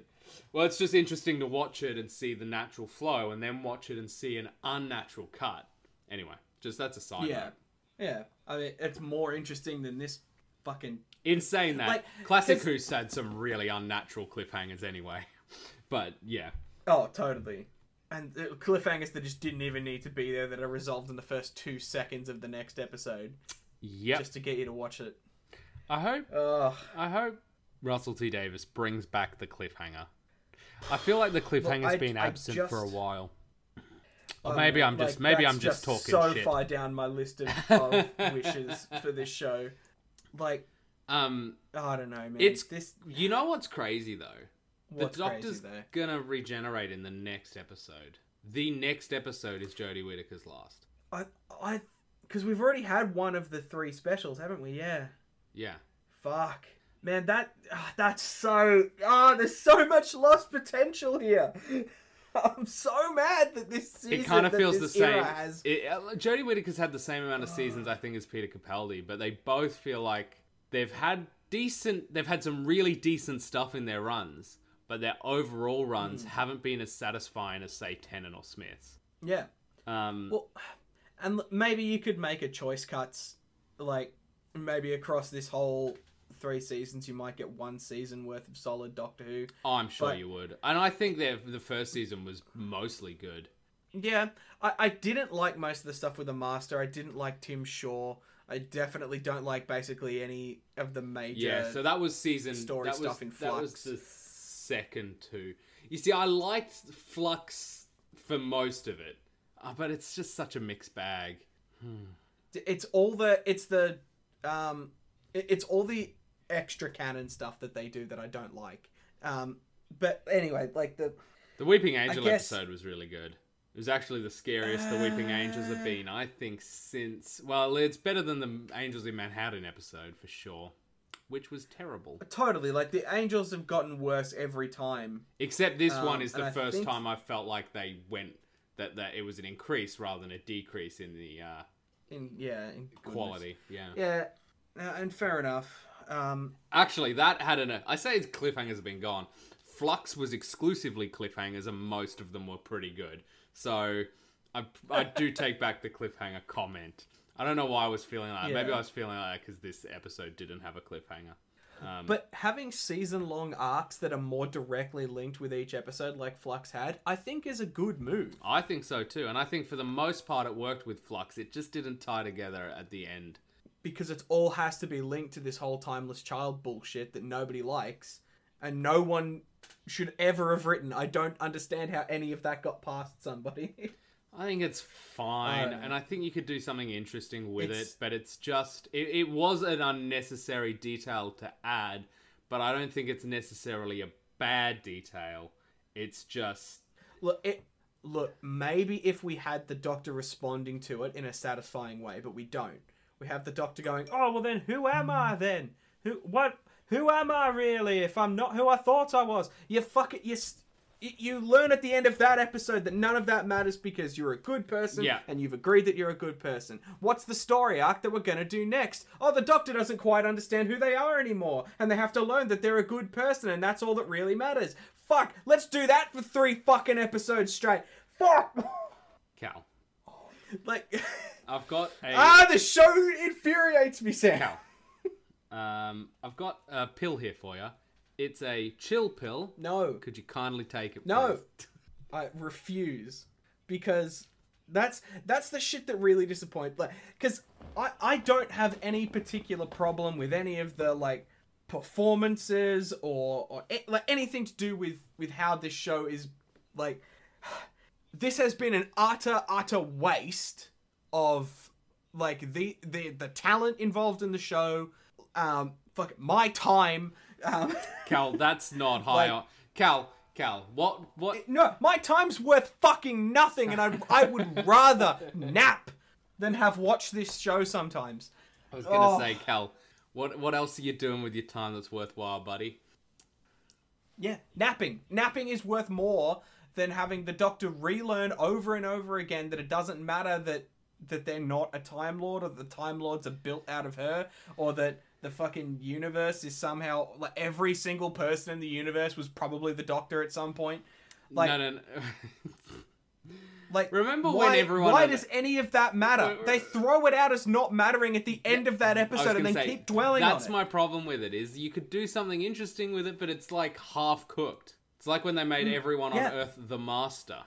S2: Well, it's just interesting to watch it and see the natural flow and then watch it and see an unnatural cut. Anyway, just that's a side
S1: Yeah.
S2: note.
S1: Yeah. I mean, it's more interesting than this fucking.
S2: In saying that,
S1: Like,
S2: Classic
S1: 'cause-
S2: Who's had some really unnatural cliffhangers anyway. But yeah.
S1: Oh, totally. And uh, cliffhangers that just didn't even need to be there that are resolved in the first two seconds of the next episode
S2: Yep.
S1: just to get you to watch it.
S2: I hope
S1: Ugh.
S2: I hope Russell T Davis brings back the cliffhanger. I feel like the cliffhanger's
S1: I-
S2: been
S1: I
S2: absent for a
S1: just-
S2: while. Or
S1: Um,
S2: maybe I'm just
S1: like,
S2: maybe
S1: that's
S2: I'm just, talking
S1: so
S2: shit.
S1: far down my list of, of wishes for this show. Like,
S2: Um
S1: I don't know, man.
S2: It's-
S1: this.
S2: you know what's crazy though?
S1: What's
S2: the
S1: crazy
S2: doctor's
S1: though?
S2: gonna regenerate in the next episode. The next episode is Jodie Whittaker's last.
S1: I, I, because we've already had one of the three specials, haven't we? Yeah.
S2: Yeah.
S1: Fuck, man, that ah, that's so ah, there's so much lost potential here. I'm so mad that this season
S2: it kind of
S1: that
S2: feels the
S1: this
S2: same.
S1: era has.
S2: It, uh, Jodie Whittaker's had the same amount of seasons, I think, as Peter Capaldi, but they both feel like they've had decent. They've had some really decent stuff in their runs, but their overall
S1: Hmm.
S2: runs haven't been as satisfying as, say, Tennant or Smith's.
S1: Yeah,
S2: Um,
S1: well, and l- maybe you could make a choice cuts, like maybe across this whole three seasons, you might get one season worth of solid Doctor Who.
S2: oh, I'm sure
S1: but-
S2: you would, and I think their the first season was mostly good.
S1: Yeah, I, I didn't like most of the stuff with the Master. I didn't like Tim Shaw. I definitely don't like basically any of the major.
S2: Yeah, so that was season
S1: story
S2: that was,
S1: stuff in
S2: That was
S1: Flux.
S2: the second two. You see, I liked Flux for most of it, uh, but it's just such a mixed bag.
S1: it's all the it's the um it- it's all the extra canon stuff that they do that I don't like. Um but anyway, like the
S2: The Weeping Angel
S1: guess-
S2: episode was really good. It was actually the scariest the Weeping Angels have
S1: Uh,
S2: been, I think, since. Well, it's better than the Angels in Manhattan episode for sure, which was terrible.
S1: totally like the angels have gotten worse every time.
S2: Except this
S1: Um,
S2: one is
S1: and
S2: the
S1: I
S2: first
S1: think-
S2: time I felt like they went that, that it was an increase rather than a decrease in the uh,
S1: In yeah, in goodness.
S2: quality. Yeah.
S1: Yeah, uh, and fair enough. Um
S2: Actually, that had an. I say cliffhangers have been gone. Flux was exclusively cliffhangers, and most of them were pretty good. So, I, I do take back the cliffhanger comment. I don't know why I was feeling like that. Maybe
S1: Yeah.
S2: I was feeling like that because this episode didn't have a cliffhanger. Um,
S1: but having season long arcs that are more directly linked with each episode like Flux had, I think is a good move.
S2: I think so too, and I think for the most part it worked with Flux. It just didn't tie together at the end.
S1: because it all has to be linked to this whole timeless child bullshit that nobody likes and no one should ever have written. I don't understand how any of that got past somebody.
S2: I think it's fine,
S1: Alright.
S2: and I think you could do something interesting with
S1: It's-
S2: it, but it's just it, it was an unnecessary detail to add, but I don't think it's necessarily a bad detail. It's just
S1: look, it, look, maybe if we had the doctor responding to it in a satisfying way, but we don't. We have the doctor going, "Oh, well then who am I then? Who what who am I really if I'm not who I thought I was?" You fuck it, you s- y- you learn at the end of that episode that none of that matters because you're a good person
S2: Yeah.
S1: and you've agreed that you're a good person. What's the story arc that we're going to do next? Oh, the doctor doesn't quite understand who they are anymore and they have to learn that they're a good person and that's all that really matters. Fuck, let's do that for three fucking episodes straight. Fuck!
S2: Cal.
S1: like,
S2: I've got a
S1: ah, the show infuriates me, Sam.
S2: Cal. Um, I've got a pill here for you. It's a chill pill.
S1: No.
S2: Could you kindly take it?
S1: No.
S2: please?
S1: I refuse because that's that's the shit that really disappoints. Like, because I I don't have any particular problem with any of the like performances or or a- like anything to do with with how this show is like. This has been an utter utter waste of like the the the talent involved in the show. Um, fuck my time. Um,
S2: Cal, that's not high.
S1: Like-
S2: on... Cal, Cal, what what
S1: No, my time's worth fucking nothing, and I, I would rather nap than have watched this show sometimes.
S2: I was gonna
S1: Oh.
S2: say, Cal, What what else are you doing with your time that's worthwhile, buddy?
S1: Yeah, napping. Napping is worth more than having the Doctor relearn over and over again that it doesn't matter that that they're not a Time Lord or the Time Lords are built out of her or that the fucking universe is somehow like every single person in the universe was probably the Doctor at some point. Like,
S2: no, no, no.
S1: like
S2: Remember when
S1: why,
S2: everyone
S1: Why
S2: had
S1: does any of that matter?
S2: Wait,
S1: They
S2: wait.
S1: throw it out as not mattering at the end of that
S2: I was
S1: episode and
S2: gonna
S1: then
S2: say,
S1: keep dwelling
S2: That's
S1: on it.
S2: my problem with it is you could do something interesting with it, but it's like half cooked. It's like when they made everyone
S1: Hmm. yeah.
S2: on Earth the master,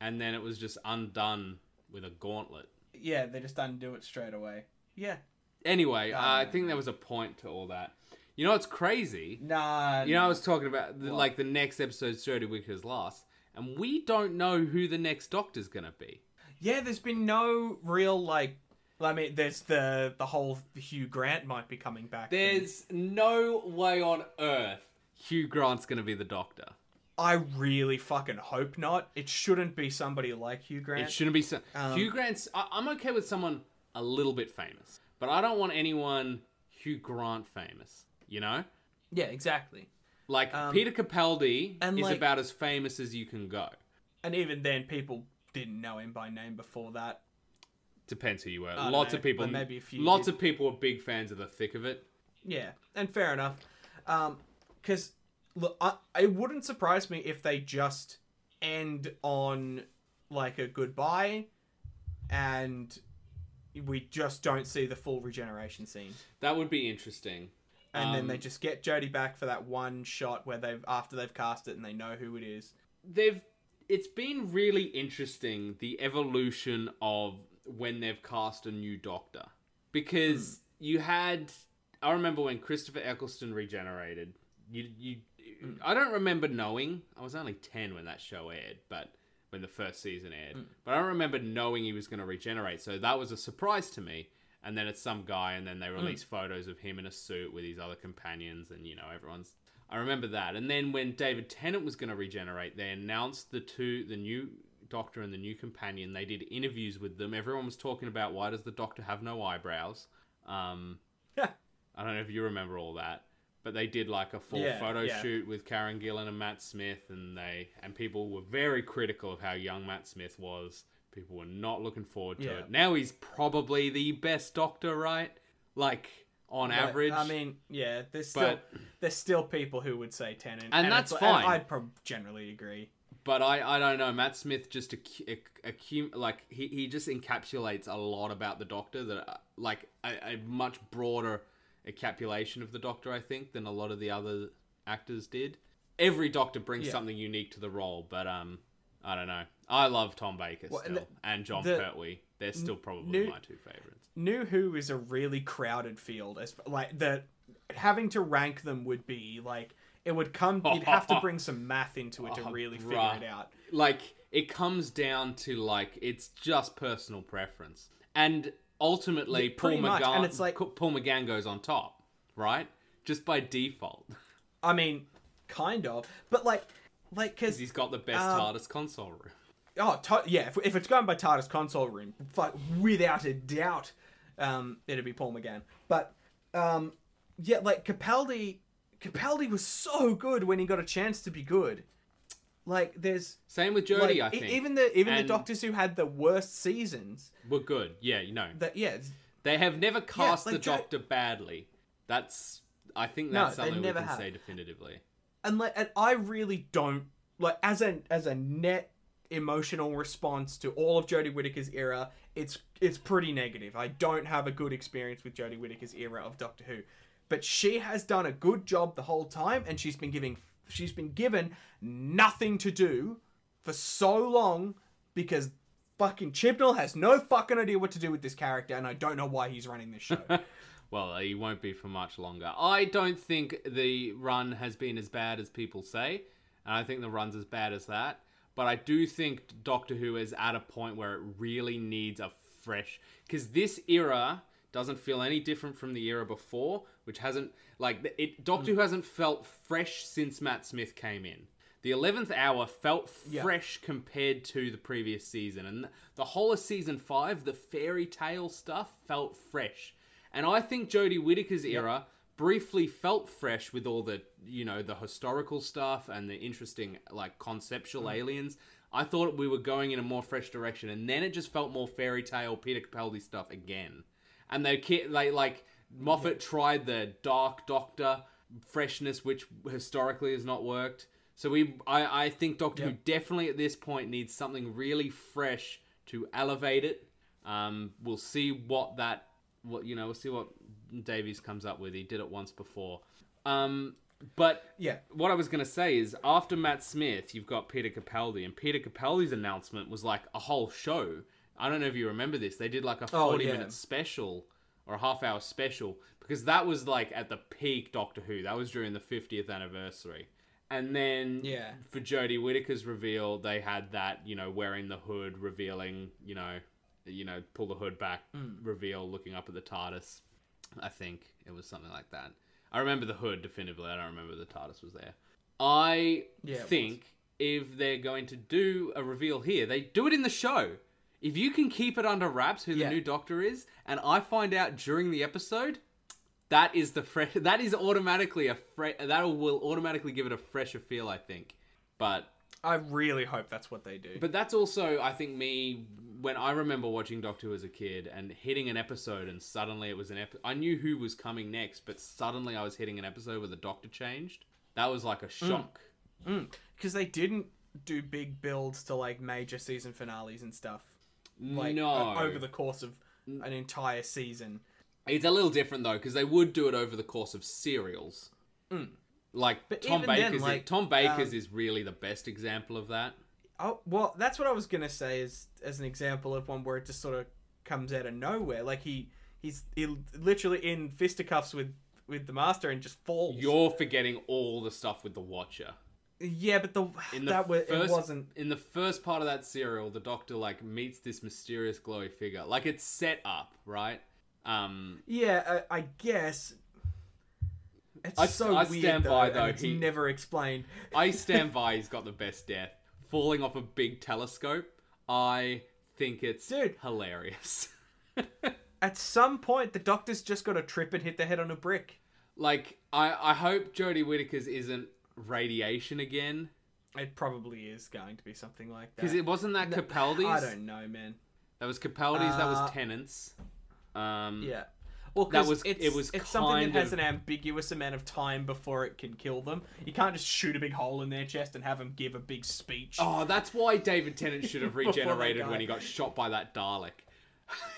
S2: and then it was just undone with a gauntlet.
S1: Yeah, they just undo it straight away. Yeah.
S2: Anyway, uh, I
S1: no,
S2: think there was a point to all that. You know what's crazy?
S1: Nah.
S2: You know, I was talking about the, like the next episode's Jodie Whittaker's last, and we don't know who the next Doctor's gonna be.
S1: Yeah, there's been no real like. I mean, there's the the whole Hugh Grant might be coming back. thing.
S2: There's no way on Earth Hugh Grant's gonna be the Doctor.
S1: I really fucking hope not. It shouldn't be somebody like Hugh Grant.
S2: It shouldn't be so.
S1: Um,
S2: Hugh Grant's. I, I'm okay with someone a little bit famous, but I don't want anyone Hugh Grant famous. You know,
S1: yeah, exactly.
S2: like
S1: Um,
S2: Peter Capaldi
S1: and,
S2: is
S1: like-
S2: about as famous as you can go.
S1: And even then, people didn't know him by name before that.
S2: Depends who you were.
S1: don't
S2: Lots
S1: know,
S2: of people.
S1: but maybe a few
S2: lots
S1: did.
S2: of people were big fans of the thick of it.
S1: Yeah, and fair enough. Um, because look, I, it wouldn't surprise me if they just end on like a goodbye, and we just don't see the full regeneration scene.
S2: That would be interesting.
S1: and then they
S2: Um,
S1: just get Jodie back for that one shot where they've after they've cast it and they know who it is.
S2: they've it's been really interesting the evolution of when they've cast a new doctor because you had I remember when Christopher Eccleston regenerated you you I don't remember knowing I was only 10 when that show aired but when the first season aired but I don't remember knowing he was going to regenerate so that was a surprise to me and then it's some guy and then
S1: Hmm.
S2: they release photos of him in a suit with his other companions and you know everyone's I remember that. And then when David Tennant was going to regenerate, they announced the two, the new Doctor and the new companion. They did interviews with them. Everyone was talking about why does the Doctor have no eyebrows? Um, I don't know if you remember all that, but they did like a full
S1: Yeah,
S2: photo
S1: yeah.
S2: shoot with Karen Gillan and Matt Smith, and they and people were very critical of how young Matt Smith was. People were not looking forward to
S1: Yeah.
S2: it. Now he's probably the best Doctor, right? Like on
S1: But,
S2: average.
S1: I mean, yeah, there's still
S2: But-
S1: there's still people who would say Tennant,
S2: And that's fine.
S1: I prob- generally agree.
S2: But I, I don't know. Matt Smith just accu- acc- accum- like he, he just encapsulates a lot about the Doctor that uh, like a, a much broader encapsulation of the Doctor I think than a lot of the other actors did. Every Doctor brings
S1: Yeah.
S2: something unique to the role, but um I don't know. I love Tom Baker
S1: Well, and
S2: still
S1: the-
S2: and John
S1: the-
S2: Pertwee. They're still probably
S1: new-
S2: my two favorites.
S1: New Who is a really crowded field, as like the having to rank them would be like it would come. You'd have to bring some math into it to
S2: Oh,
S1: really
S2: bruh.
S1: figure it out.
S2: like it comes down to like it's just personal preference and ultimately
S1: Yeah,
S2: paul,
S1: pretty much,
S2: McGann,
S1: and it's like-
S2: paul mcgann goes on top right just by default
S1: I mean, kind of, but like, like because
S2: 'Cause he's got the best
S1: Um,
S2: hardest console room
S1: Oh, to- yeah. If, if it's going by TARDIS console room, fuck, without a doubt, um, it'd be Paul McGann. But um, yeah, like Capaldi, Capaldi was so good when he got a chance to be good. Like there's
S2: same with jodie
S1: like,
S2: i
S1: e-
S2: think
S1: even the even
S2: And-
S1: the Doctors who had the worst seasons.
S2: we're good yeah you know
S1: That yeah, it's-
S2: they have never cast
S1: like
S2: the
S1: Jo-
S2: doctor badly that's i think
S1: No,
S2: that's
S1: they
S2: something we
S1: never
S2: can
S1: have.
S2: say definitively
S1: and like and I really don't like as an as a net emotional response to all of Jodie Whittaker's era. It's it's pretty negative. I don't have a good experience with Jodie Whittaker's era of Doctor Who, but she has done a good job the whole time, and she's been giving she's been given nothing to do for so long because fucking Chibnall has no fucking idea what to do with this character, and I don't know why he's running this show.
S2: Well, he won't be for much longer. I don't think the run has been as bad as people say, and I think the run's as bad as that. But I do think Doctor Who is at a point where it really needs a fresh because this era doesn't feel any different from the era before, which hasn't like the- it. Doctor Who hasn't felt fresh since Matt Smith came in. The eleventh hour felt
S1: Yeah.
S2: fresh compared to the previous season, and the whole of season five, the fairy tale stuff felt fresh And I think Jodie Whittaker's era briefly felt fresh with all the, you know, the historical stuff and the interesting like conceptual aliens. I thought we were going in a more fresh direction, and then it just felt more fairy tale Peter Capaldi stuff again. And they ki- they like Moffat tried the Dark Doctor freshness, which historically has not worked. So we, I, I think Doctor Who
S1: Yeah.
S2: definitely at this point needs something really fresh to elevate it. Um, we'll see what that, what you know, we'll see what Davies comes up with. He did it once before. Um, but
S1: Yeah.
S2: what I was going to say is after Matt Smith, you've got Peter Capaldi, and Peter Capaldi's announcement was like a whole show. I don't know if you remember this. They did like a 40
S1: Oh, yeah.
S2: minute special or a half hour special because that was like at the peak Doctor Who. That was during the 50th anniversary. And then
S1: Yeah.
S2: for Jodie Whittaker's reveal, they had that, you know, wearing the hood, revealing, you know, you know, pull the hood back,
S1: Hmm.
S2: reveal, looking up at the TARDIS. I think it was something like that. I remember the hood definitively. I don't remember the TARDIS was there. I
S1: Yeah, it was.
S2: think if they're going to do a reveal here, they do it in the show. If you can keep it under wraps who
S1: Yeah.
S2: the new Doctor is, and I find out during the episode, that is the fresh. That is automatically a fresh. That will automatically give it a fresher feel, I think. But
S1: I really hope that's what they do.
S2: but that's also, I think, me when I remember watching Doctor Who as a kid and hitting an episode, and suddenly it was an episode. I knew who was coming next, but suddenly I was hitting an episode where the Doctor changed. That was like a
S1: Mm.
S2: shock.
S1: Because they didn't do big builds to like major season finales and stuff. Like
S2: no,
S1: o- over the course of an entire season.
S2: it's a little different though because they would do it over the course of serials. Like
S1: Mm. But
S2: Tom
S1: even then,
S2: Baker's,
S1: like,
S2: Tom Baker's
S1: um,
S2: is really the best example of that.
S1: Oh well, that's what I was gonna say as as an example of one where it just sort of comes out of nowhere. Like he he's he literally in fisticuffs with with the master and just falls.
S2: You're forgetting all the stuff with the Watcher.
S1: Yeah, but the,
S2: in the
S1: that was
S2: first,
S1: it wasn't.
S2: in the first part of that serial the doctor like meets this mysterious glowy figure like it's set up right um
S1: Yeah, I, I guess. It's
S2: I-
S1: so
S2: I
S1: weird
S2: stand
S1: though,
S2: by,
S1: and
S2: though,
S1: it's
S2: he-
S1: never explained.
S2: i stand by he's got the best death falling off a big telescope i think it's
S1: Dude.
S2: hilarious
S1: At some point, the doctor's just got to trip and hit their head on a brick.
S2: like i i hope jodie whittaker's isn't radiation again
S1: It probably is going to be something like that.
S2: because it wasn't that capaldi's
S1: I don't know, man.
S2: that was capaldi's that
S1: Uh,
S2: was tenants um
S1: Yeah. Well,
S2: That
S1: 'cause
S2: was-
S1: it's,
S2: it was
S1: it's something
S2: kind
S1: that has
S2: of-
S1: an ambiguous amount of time before it can kill them. You can't just shoot a big hole in their chest and have them give a big speech.
S2: Oh, that's why David Tennant should have
S1: Before they
S2: regenerated when
S1: die.
S2: he got shot by that Dalek.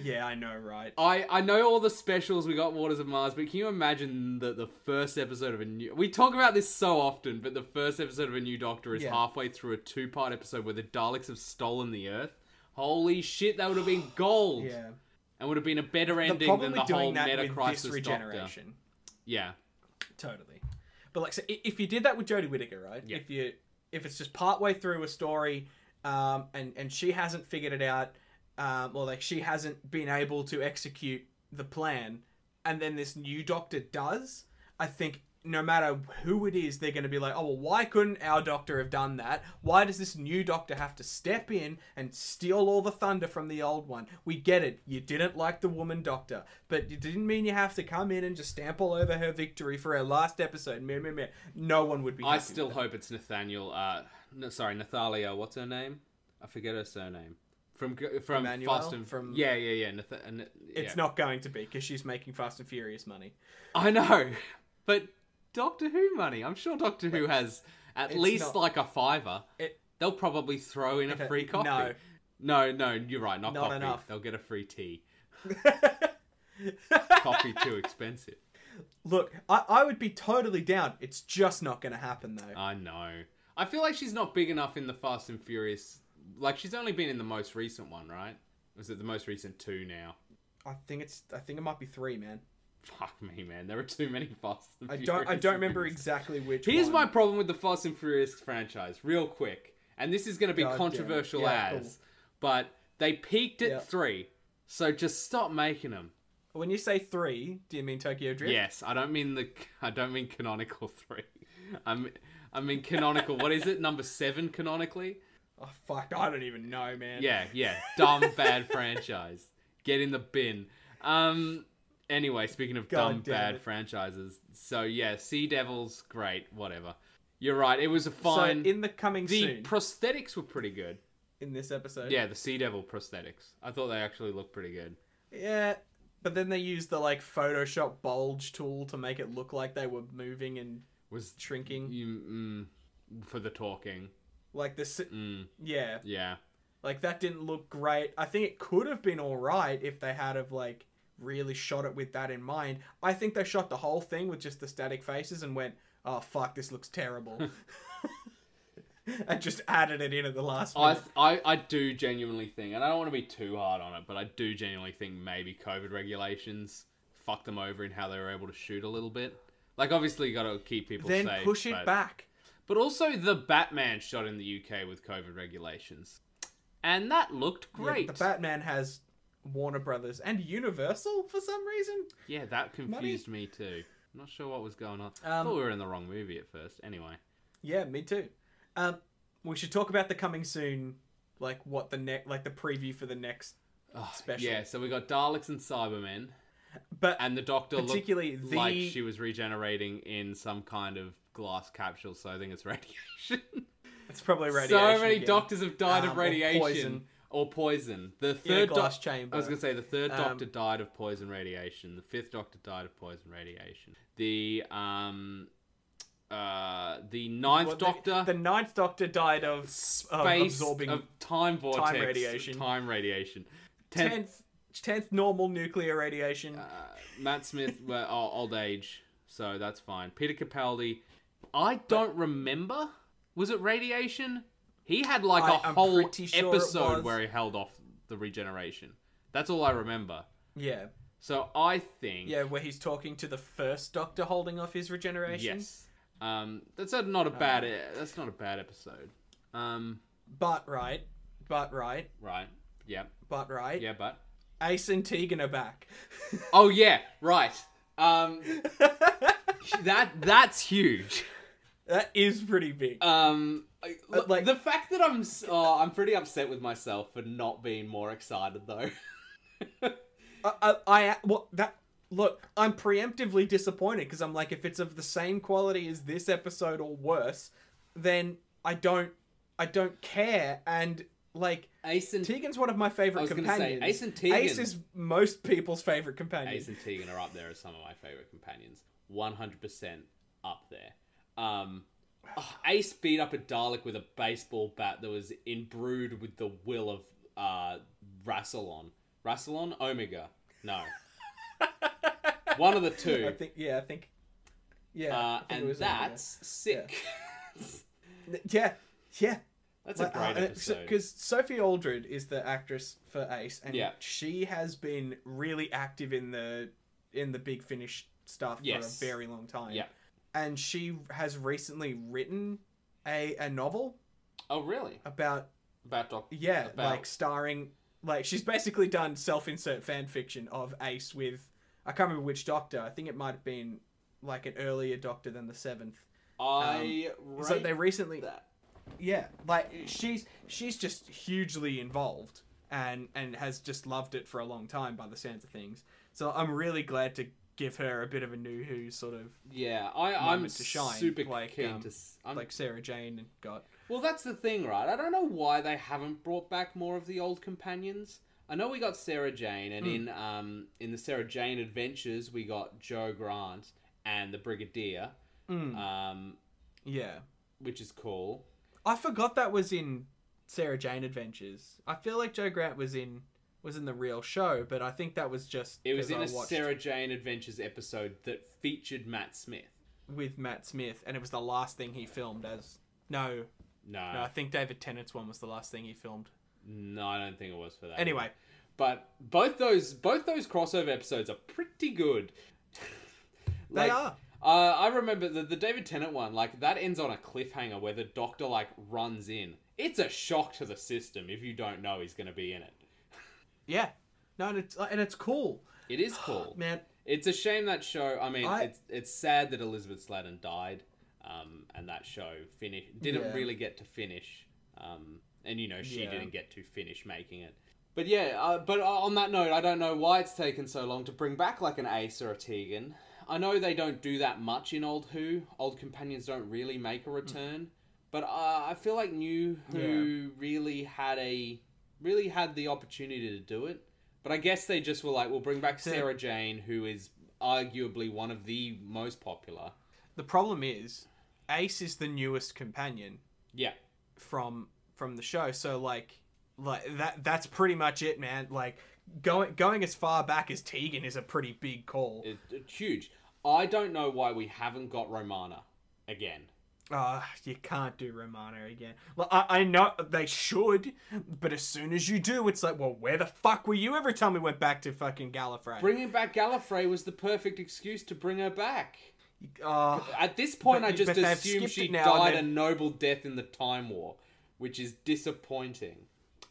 S1: Yeah, I know, right?
S2: I, I know all the specials we got Waters of Mars, but can you imagine that the first episode of a new we talk about this so often, but the first episode of a new Doctor is
S1: Yeah.
S2: halfway through a two part episode where the Daleks have stolen the Earth. Holy shit, that would have been gold,
S1: Yeah.
S2: and would have been a better
S1: They're
S2: ending
S1: probably
S2: than the
S1: doing
S2: whole
S1: that
S2: Meta
S1: with
S2: Crisis
S1: this
S2: Doctor.
S1: regeneration.
S2: Yeah,
S1: Totally. But like, so i- if you did that with Jodie Whittaker, right?
S2: Yeah.
S1: If you if it's just partway through a story, um, and and she hasn't figured it out, um, or like she hasn't been able to execute the plan, and then this new Doctor does, I think. No matter who it is, they're going to be like, oh, well, why couldn't our doctor have done that? Why does this new doctor have to step in and steal all the thunder from the old one? We get it. You didn't like the woman doctor, but it didn't mean you have to come in and just stamp all over her victory for her last episode. Meh, meh, meh. No one would be.
S2: I
S1: happy with
S2: still
S1: that.
S2: hope it's Nathaniel. Uh, no, sorry, Nathalia. What's her name? I forget her surname. From from
S1: Emmanuel?
S2: Fast and
S1: From-
S2: yeah yeah yeah. Nath- uh, N-
S1: It's
S2: yeah.
S1: not going to be because she's making Fast and Furious money.
S2: I know, but Doctor Who money. I'm sure Doctor Who has at
S1: it's not-
S2: least like a fiver.
S1: It-
S2: They'll probably throw in a
S1: Okay,
S2: free coffee.
S1: no.
S2: no, no, you're right. Not,
S1: Not
S2: coffee.
S1: enough.
S2: They'll get a free tea. Coffee too expensive.
S1: Look, I, I would be totally down. It's just not going to happen though.
S2: I know. I feel like she's not big enough in the Fast and Furious. Like she's only been in the most recent one, right? Was it the most recent two now?
S1: I think it's. I think it might be three, man.
S2: Fuck me, man. There are too many Fast and
S1: I
S2: Furious.
S1: don't. I don't remember
S2: movies.
S1: exactly which.
S2: Here's
S1: one.
S2: my problem with the Fast and Furious franchise, real quick. And this is going to be
S1: God damn it.
S2: controversial
S1: Yeah,
S2: as, but they peaked at
S1: Yeah.
S2: three. So just stop making them.
S1: When you say three, do you mean Tokyo Drift?
S2: Yes, I don't mean the. I don't mean canonical three. I'm. I mean canonical. what is it? Number seven canonically.
S1: Oh fuck, I don't even know, man.
S2: Yeah, yeah. Dumb bad franchise. Get in the bin. Um. Anyway, speaking of
S1: God
S2: dumb
S1: damn
S2: bad
S1: it.
S2: franchises, so yeah, Sea Devils, great, whatever. You're right. It was a
S1: So
S2: fine.
S1: in the coming
S2: the
S1: soon
S2: prosthetics were pretty good.
S1: in this episode.
S2: Yeah, the Sea Devil prosthetics. I thought they actually looked pretty good.
S1: Yeah. But then they used the like Photoshop bulge tool to make it look like they were moving and
S2: Was
S1: shrinking.
S2: you mm, for the talking?
S1: Like this,
S2: Mm,
S1: yeah.
S2: yeah.
S1: Like that didn't look great. I think it could have been all right if they had have like really shot it with that in mind. I think they shot the whole thing with just the static faces and went, "Oh fuck, this looks terrible," and just added it in at the last
S2: I,
S1: minute.
S2: th- I I do genuinely think, and I don't want to be too hard on it, but I do genuinely think maybe COVID regulations fucked them over in how they were able to shoot a little bit. Like, obviously, you got to keep people
S1: then
S2: safe.
S1: push it
S2: but-
S1: back.
S2: But also, the Batman shot in the UK with COVID regulations, and that looked
S1: Yeah,
S2: great. Yeah,
S1: the Batman has Warner Brothers and Universal for some reason.
S2: that confused me too. I'm not sure what was going on. I
S1: Um,
S2: thought we were in the wrong movie at first. Anyway,
S1: Yeah, me too. Um, we should talk about the coming soon, like what the next, like the preview for the next.
S2: oh,
S1: special.
S2: Yeah, so we got Daleks and Cybermen,
S1: But
S2: and the Doctor looked
S1: particularly the
S2: like she was regenerating in some kind of glass capsule. So I think it's radiation.
S1: it's probably radiation.
S2: so many
S1: again.
S2: doctors have died
S1: Um,
S2: of
S1: or
S2: radiation or
S1: poison.
S2: poison. The
S1: in a
S2: third
S1: glass
S2: doctor.
S1: chamber.
S2: I was gonna say the third
S1: Um,
S2: doctor died of poison radiation. The fifth doctor died of poison radiation. The um, uh, the ninth
S1: What, the-
S2: doctor
S1: The, ninth Doctor died of
S2: space
S1: of absorbing
S2: of time vortex
S1: radiation.
S2: Time radiation. Tenth,
S1: tenth tenth normal nuclear radiation.
S2: uh, Matt Smith well, oh, old age, so that's fine. Peter Capaldi, I don't remember. Was it radiation? He had like a
S1: I- I'm
S2: whole
S1: pretty sure it
S2: episode
S1: was.
S2: where he held off the regeneration. That's all I remember.
S1: yeah,
S2: So I think
S1: yeah, where he's talking to the first Doctor, holding off his regeneration.
S2: yes. Um, that's a,
S1: Uh,
S2: not a bad. e that's not a bad episode. Um,
S1: But right, but right,
S2: right. Yeah.
S1: but right.
S2: Yeah, but
S1: Ace and Tegan are back.
S2: oh yeah, right. Um, that that's huge.
S1: that is pretty big.
S2: Um, I-
S1: Uh, like-
S2: the fact that I'm, s- oh, I'm pretty upset with myself for not being more excited though. Uh,
S1: I, I, I well, that look, I'm preemptively disappointed because I'm like, if it's of the same quality as this episode or worse, then I don't, I don't care. And like,
S2: Ace and
S1: Tegan's one of my favorite
S2: I was gonna say,
S1: companions.
S2: Ace and Tegan.
S1: Ace is most people's favorite companion.
S2: Ace and Tegan are up there as some of my favorite companions. One hundred percent up there. Um, oh, Ace beat up a Dalek with a baseball bat that was imbrued with the will of uh, Rassilon. Rassilon Omega. No, one of the two.
S1: I think, yeah, I think, yeah, I
S2: uh,
S1: think it
S2: and
S1: was
S2: that's sick.
S1: Omega. yeah, yeah.
S2: that's a
S1: uh,
S2: great episode.
S1: Because Sophie Aldred is the actress for Ace, and
S2: Yeah.
S1: she has been really active in the in the Big Finish stuff
S2: Yes.
S1: for a very long time.
S2: Yeah.
S1: and she has recently written a a novel
S2: oh really?
S1: about
S2: About Doctor.
S1: yeah,
S2: About-
S1: like starring like she's basically done self insert fan fiction of Ace with I can't remember which Doctor. I think it might have been like an earlier Doctor than the seventh.
S2: I rate
S1: um, So they recently
S2: that.
S1: yeah like she's she's just hugely involved and and has just loved it for a long time by the sounds of things so i'm really glad to give her a bit of a new who sort of
S2: Yeah, I, I'm
S1: Moment to shine,
S2: super
S1: like,
S2: keen
S1: um,
S2: to. s- I'm,
S1: like sarah jane and got
S2: well, that's the thing, right? I don't know why they haven't brought back more of the old companions. I know we got Sarah Jane,
S1: Hmm.
S2: and in um in the Sarah Jane Adventures, we got Joe Grant and the Brigadier,
S1: Mm,
S2: um,
S1: yeah
S2: which is cool.
S1: i forgot that was in sarah jane adventures i feel like joe grant was in was in the real show but i think that was just
S2: It was
S1: 'cause
S2: in
S1: I
S2: a
S1: watched
S2: Sarah Jane Adventures episode that featured Matt Smith.
S1: with matt smith and it was the last thing he filmed as no
S2: No,
S1: no i think david tennant's one was the last thing he filmed
S2: no, I don't think it was for that.
S1: anyway
S2: but both those both those crossover episodes are pretty good.
S1: they are
S2: Uh, I remember the, the David Tennant one. Like that ends on a cliffhanger where the Doctor like runs in. It's a shock to the system if you don't know he's going to be in it.
S1: Yeah. No, and it's and it's cool,
S2: It is cool.
S1: man.
S2: it's a shame that show. I mean,
S1: I-
S2: it's it's sad that Elizabeth Sladen died, um, and that show finish didn't
S1: Yeah.
S2: really get to finish. Um, and you know she
S1: Yeah.
S2: didn't get to finish making it. But yeah, uh, but on that note, I don't know why it's taken so long to bring back like an Ace or a Tegan. I know they don't do that much in Old Who. Old companions don't really make a return,
S1: Hmm.
S2: but uh, I feel like New Who really had a really had the opportunity to do it. But I guess they just were like, we'll bring back Sarah Jane, who is arguably one of the most popular.
S1: The problem is, Ace is the newest companion
S2: Yeah,
S1: from from the show, so like like that that's pretty much it, man. Like going going as far back as Tegan is a pretty big call.
S2: it, it's huge. I don't know why we haven't got Romana again.
S1: Ah, you can't do Romano again. Well, I, I know they should, but as soon as you do, it's like, well, where the fuck were you every time we went back to fucking Gallifrey?
S2: Bringing back Gallifrey was the perfect excuse to bring her back.
S1: Ah,
S2: At this point,
S1: But-
S2: I just
S1: but they've
S2: assume
S1: skipped
S2: she
S1: it now and
S2: died a
S1: they've-
S2: noble death in the Time War, which is disappointing.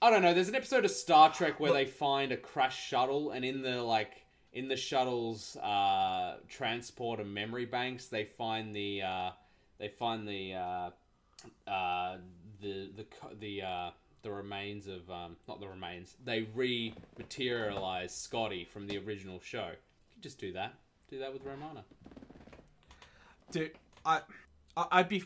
S2: I don't know. There's an episode of Star Trek where they find a crashed shuttle, and in the like, in the shuttle's uh, transport and memory banks, they find the uh, they find the uh, uh, the the co- the uh, the remains of um, not the remains. They rematerialize Scotty from the original show. You could just do that. Do that with Romana.
S1: dude, I, I, I'd be,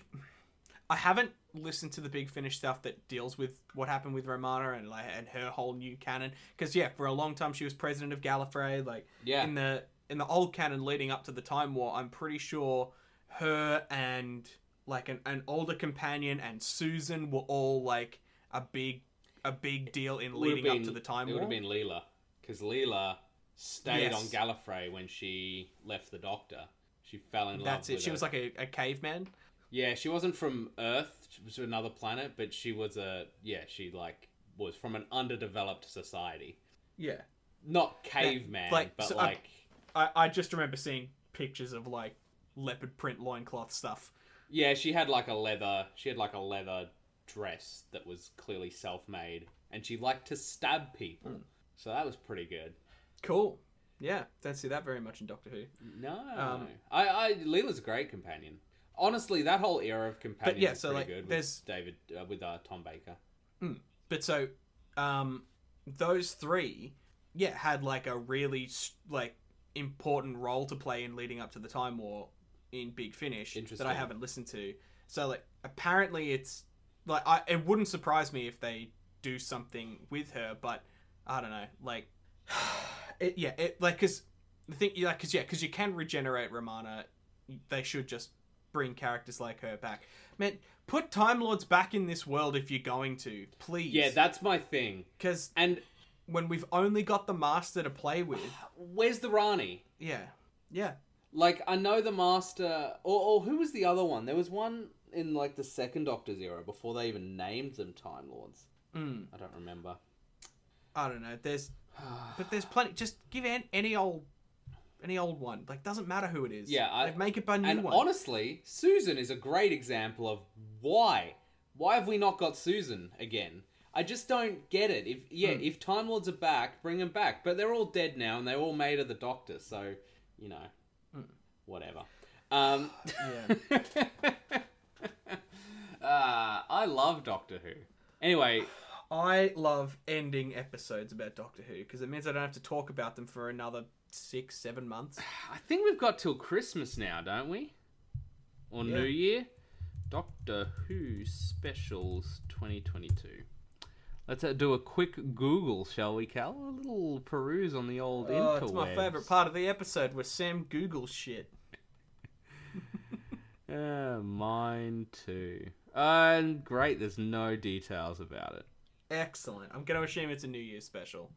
S1: I haven't listened to the Big Finish stuff that deals with what happened with Romana and like and her whole new canon. Because yeah, for a long time she was president of Gallifrey. Like
S2: Yeah.
S1: in the in the old canon leading up to the Time War, I'm pretty sure her and like an, an older companion and Susan were all like a big a big deal in
S2: would've
S1: leading up
S2: been-
S1: to the Time
S2: It would
S1: War.
S2: have been Leela, because Leela stayed
S1: Yes.
S2: on Gallifrey when she left the Doctor. She fell in love.
S1: That's it.
S2: with
S1: She
S2: her-
S1: was like a, a caveman.
S2: yeah. She wasn't from Earth. She was from another planet, but she was a yeah. She like was from an underdeveloped society,
S1: Yeah.
S2: not caveman,
S1: like,
S2: but
S1: so, um,
S2: like
S1: I, I just remember seeing pictures of like leopard print loincloth stuff.
S2: yeah. She had like a leather. She had like a leather dress that was clearly self-made, and she liked to stab people.
S1: Hmm.
S2: So that was pretty good.
S1: Cool. Yeah, don't see that very much in Doctor Who.
S2: No,
S1: Um,
S2: I, I Leela's a great companion. Honestly, that whole era of companions
S1: yeah,
S2: is
S1: so,
S2: pretty
S1: like,
S2: good
S1: there's-
S2: with David uh, with uh, Tom Baker.
S1: But so, um, those three, yeah, had like a really s- like important role to play in leading up to the Time War in Big Finish that
S2: Interesting.
S1: I haven't listened to. So like, apparently it's like I it wouldn't surprise me if they do something with her, but I don't know, like, it, yeah, it like because the thing like because yeah because you can regenerate Romana, they should just bring characters like her back. Man, put Time Lords back in this world if you're going to, please.
S2: Yeah, that's my thing.
S1: Because
S2: And
S1: when we've only got the master to play with,
S2: where's the Rani?
S1: yeah, yeah,
S2: Like I know the Master, or, or who was the other one? There was one in like the second Doctor's era before they even named them Time Lords.
S1: Mm.
S2: I don't remember.
S1: I don't know. There's, but there's plenty. Just give an, any old, any old one. Like doesn't matter who it is.
S2: Yeah, I-
S1: like, make it by new
S2: And
S1: one.
S2: honestly, Susan is a great example of why. Why have we not got Susan again? I just don't get it. If yeah, if Time Lords are back, bring them back. But they're all dead now, and they're all made of the Doctor. So, you know, whatever. Um,
S1: Yeah.
S2: Ah, I love Doctor Who. Anyway,
S1: I love ending episodes about Doctor Who because it means I don't have to talk about them for another six, seven months.
S2: I think we've got till Christmas now, don't we? Or New Year? Doctor Who specials 2022. Let's uh, do a quick Google, shall we, Cal? A little peruse on the old
S1: Oh,
S2: interwebs.
S1: it's my favorite part of the episode where Sam Googles shit.
S2: Uh, mine too. Uh, and great, there's no details about it.
S1: Excellent. I'm going to assume it's a New Year's special.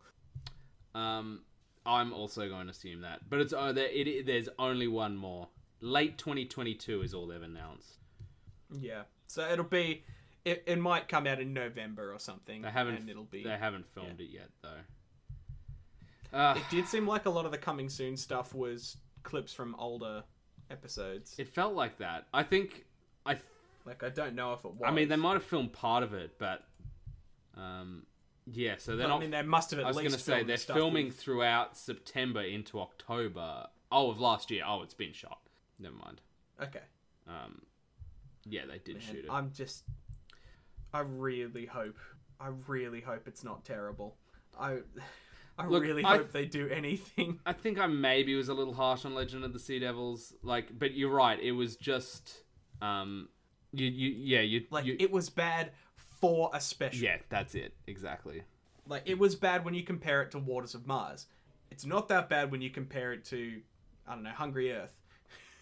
S2: Um, I'm also going to assume that, but it's oh, there, it, it, there's only one more. Late 2022 is all they've announced.
S1: Yeah. So it'll be. It, it might come out in November or something.
S2: They haven't.
S1: And it'll be.
S2: They haven't filmed it yet, though. Uh,
S1: It did seem like a lot of the coming soon stuff was clips from older episodes.
S2: it felt like that. I think. I. Th-
S1: like I don't know if it was.
S2: I mean, they might have filmed part of it, but. Um. Yeah. So they're
S1: I
S2: not.
S1: mean, they must have at
S2: I was
S1: least.
S2: going to say
S1: filmed
S2: they're
S1: stuff
S2: filming
S1: with-
S2: throughout September into October. Oh, of last year. Oh, it's been shot. Never mind.
S1: Okay.
S2: Um. Yeah, they did
S1: Man,
S2: shoot it.
S1: I'm just. I really hope. I really hope it's not terrible. I, I
S2: Look,
S1: really
S2: I-
S1: hope they do anything.
S2: I think I maybe was a little harsh on Legend of the Sea Devils, like, but you're right. It was just, um, you, you, yeah, you,
S1: Like
S2: you,
S1: it was bad for a special.
S2: yeah, that's it exactly.
S1: Like it was bad when you compare it to Waters of Mars. It's not that bad when you compare it to, I don't know, Hungry Earth.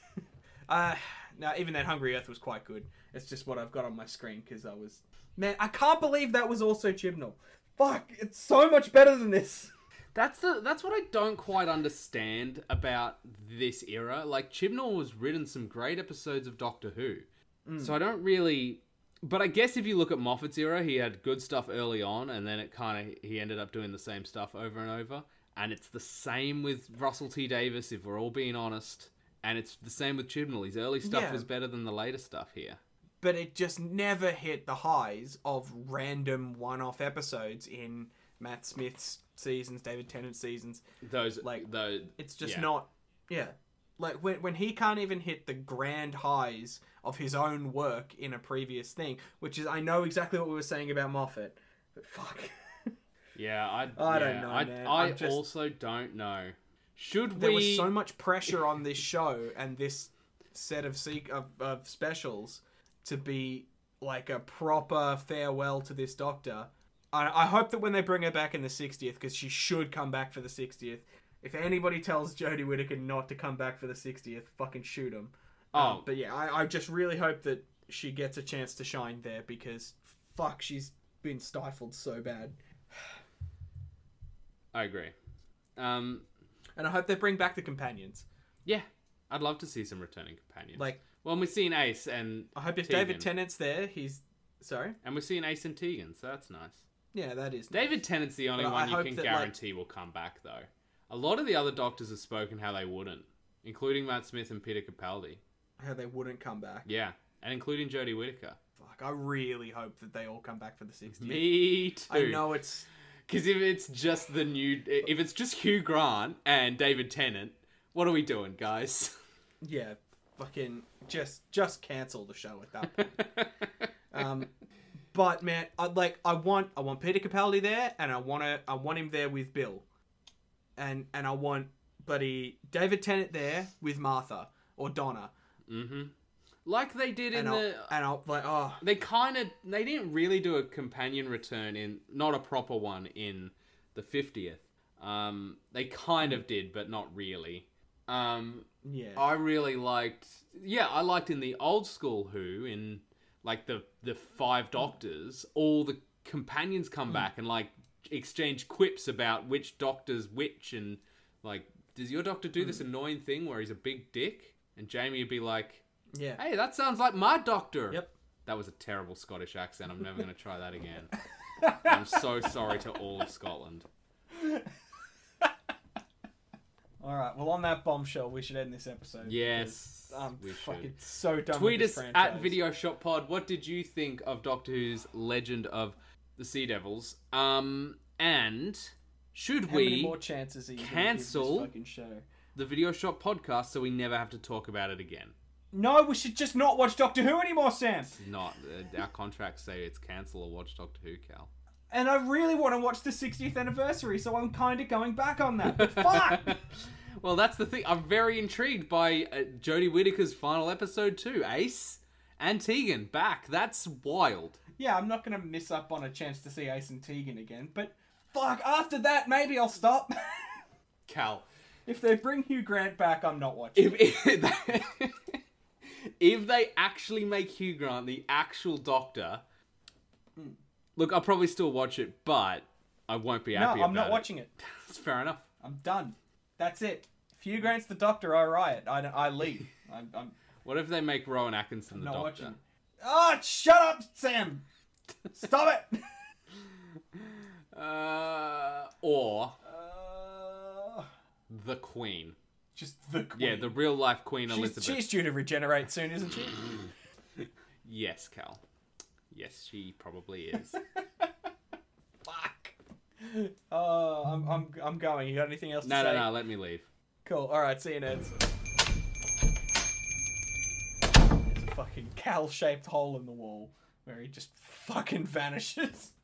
S1: uh, now even that Hungry Earth was quite good. It's just what I've got on my screen because I was, man, I can't believe that was also Chibnall. Fuck, it's so much better than this.
S2: That's the that's what I don't quite understand about this era. Like Chibnall was written some great episodes of Doctor Who, so I don't really. But I guess if you look at Moffat's era, he had good stuff early on, and then it kind of he ended up doing the same stuff over and over. And it's the same with Russell T Davis, if we're all being honest. And it's the same with Chibnall. His early stuff
S1: Yeah.
S2: was better than the later stuff here.
S1: but it just never hit the highs of random one-off episodes in Matt Smith's seasons, David Tennant's seasons.
S2: Those like
S1: Like,
S2: those.
S1: It's just
S2: Yeah.
S1: not, yeah. Like when when he can't even hit the grand highs of his own work in a previous thing, which is I know exactly what we were saying about Moffat, but fuck.
S2: Yeah, I,
S1: I don't
S2: yeah,
S1: know,
S2: I,
S1: man.
S2: I
S1: I'm just-
S2: also don't know. Should
S1: There
S2: we?
S1: was so much pressure on this show and this set of seek of, of specials to be like a proper farewell to this doctor. I, I hope that when they bring her back in the 60th, because she should come back for the 60th. If anybody tells Jodie Whittaker not to come back for the 60th, fucking shoot them.
S2: Oh.
S1: but yeah, I, I just really hope that she gets a chance to shine there because fuck, she's been stifled so bad.
S2: I agree. Um,
S1: And I hope they bring back the companions.
S2: yeah, I'd love to see some returning companions.
S1: Like,
S2: well, we've seen Ace and
S1: I hope if
S2: Tegan,
S1: David Tennant's there, he's. Sorry?
S2: and we're seeing Ace and Tegan, so that's nice.
S1: Yeah, that is.
S2: David Tennant's the only
S1: But I
S2: one you
S1: hope
S2: can
S1: that, like-
S2: guarantee will come back, though. A lot of the other doctors have spoken how they wouldn't, including Matt Smith and Peter Capaldi.
S1: how they wouldn't come back.
S2: Yeah, and including Jodie Whittaker.
S1: Fuck, I really hope that they all come back for the 60th.
S2: Me too.
S1: I know it's
S2: Because if it's just the new, if it's just Hugh Grant and David Tennant, what are we doing, guys?
S1: yeah, fucking just just cancel the show at that point. um, but man, I like I want I want Peter Capaldi there, and I want to I want him there with Bill, and and I want buddy David Tennant there with Martha or Donna,
S2: mm-hmm. Like they did in
S1: and I'll,
S2: the
S1: and I'll like oh
S2: they kind of they didn't really do a companion return in not a proper one in the 50th um they kind of did but not really um
S1: yeah
S2: i really liked yeah i liked in the old school who in like the the five doctors all the companions come back and like exchange quips about which doctor's which and like does your doctor do this annoying thing where he's a big dick and jamie would be like
S1: yeah
S2: Hey, that sounds like my doctor.
S1: Yep.
S2: That was a terrible Scottish accent. I'm never going to try that again. I'm so sorry to all of Scotland.
S1: all right well on that bombshell we should end this episode
S2: Yes,
S1: because I'm
S2: we should.
S1: fucking Um, so done
S2: Tweet
S1: with
S2: us
S1: this
S2: at
S1: franchise.
S2: Video Shop Pod. What did you think of Doctor Who's Legend of the Sea Devils? Um, and should
S1: How
S2: we
S1: many more chances are you gonna give this
S2: cancel-
S1: fucking show?
S2: the Video Shop Podcast so we never have to talk about it again?
S1: No, we should just not watch Doctor Who anymore, Sam.
S2: Not uh, our contracts say it's cancel or watch Doctor Who, Cal.
S1: And I really want to watch the 60th anniversary, so I'm kind of going back on that. But fuck!
S2: well, that's the thing. I'm very intrigued by uh, Jodie Whittaker's final episode too. Ace and Tegan back. That's wild.
S1: yeah, I'm not going to miss up on a chance to see Ace and Tegan again. But fuck, after that, maybe I'll stop.
S2: Cal,
S1: if they bring Hugh Grant back, I'm not watching.
S2: if if, if they actually make Hugh Grant the actual Doctor, look, I'll probably still watch it, but I won't be
S1: no,
S2: happy.
S1: I'm
S2: about
S1: not
S2: it.
S1: watching it.
S2: It's fair enough.
S1: I'm done. That's it. If Hugh Grant's the Doctor, I riot. I, I leave. I'm, I'm
S2: What if they make Rowan Atkinson the
S1: not
S2: Doctor?
S1: watching. Oh, shut up, Sam! Stop it!
S2: Uh, or
S1: Uh,
S2: the Queen.
S1: just the Queen.
S2: Yeah, the real life Queen
S1: She's,
S2: Elizabeth.
S1: she's due to regenerate soon, isn't she?
S2: Yes, Cal. Yes, she probably is.
S1: Fuck. Oh, I'm, I'm, I'm going. You got anything else
S2: no,
S1: to
S2: no,
S1: say?
S2: no, let me leave.
S1: Cool. All right. See you, nerds. There's a fucking cowl-shaped hole in the wall where he just fucking vanishes.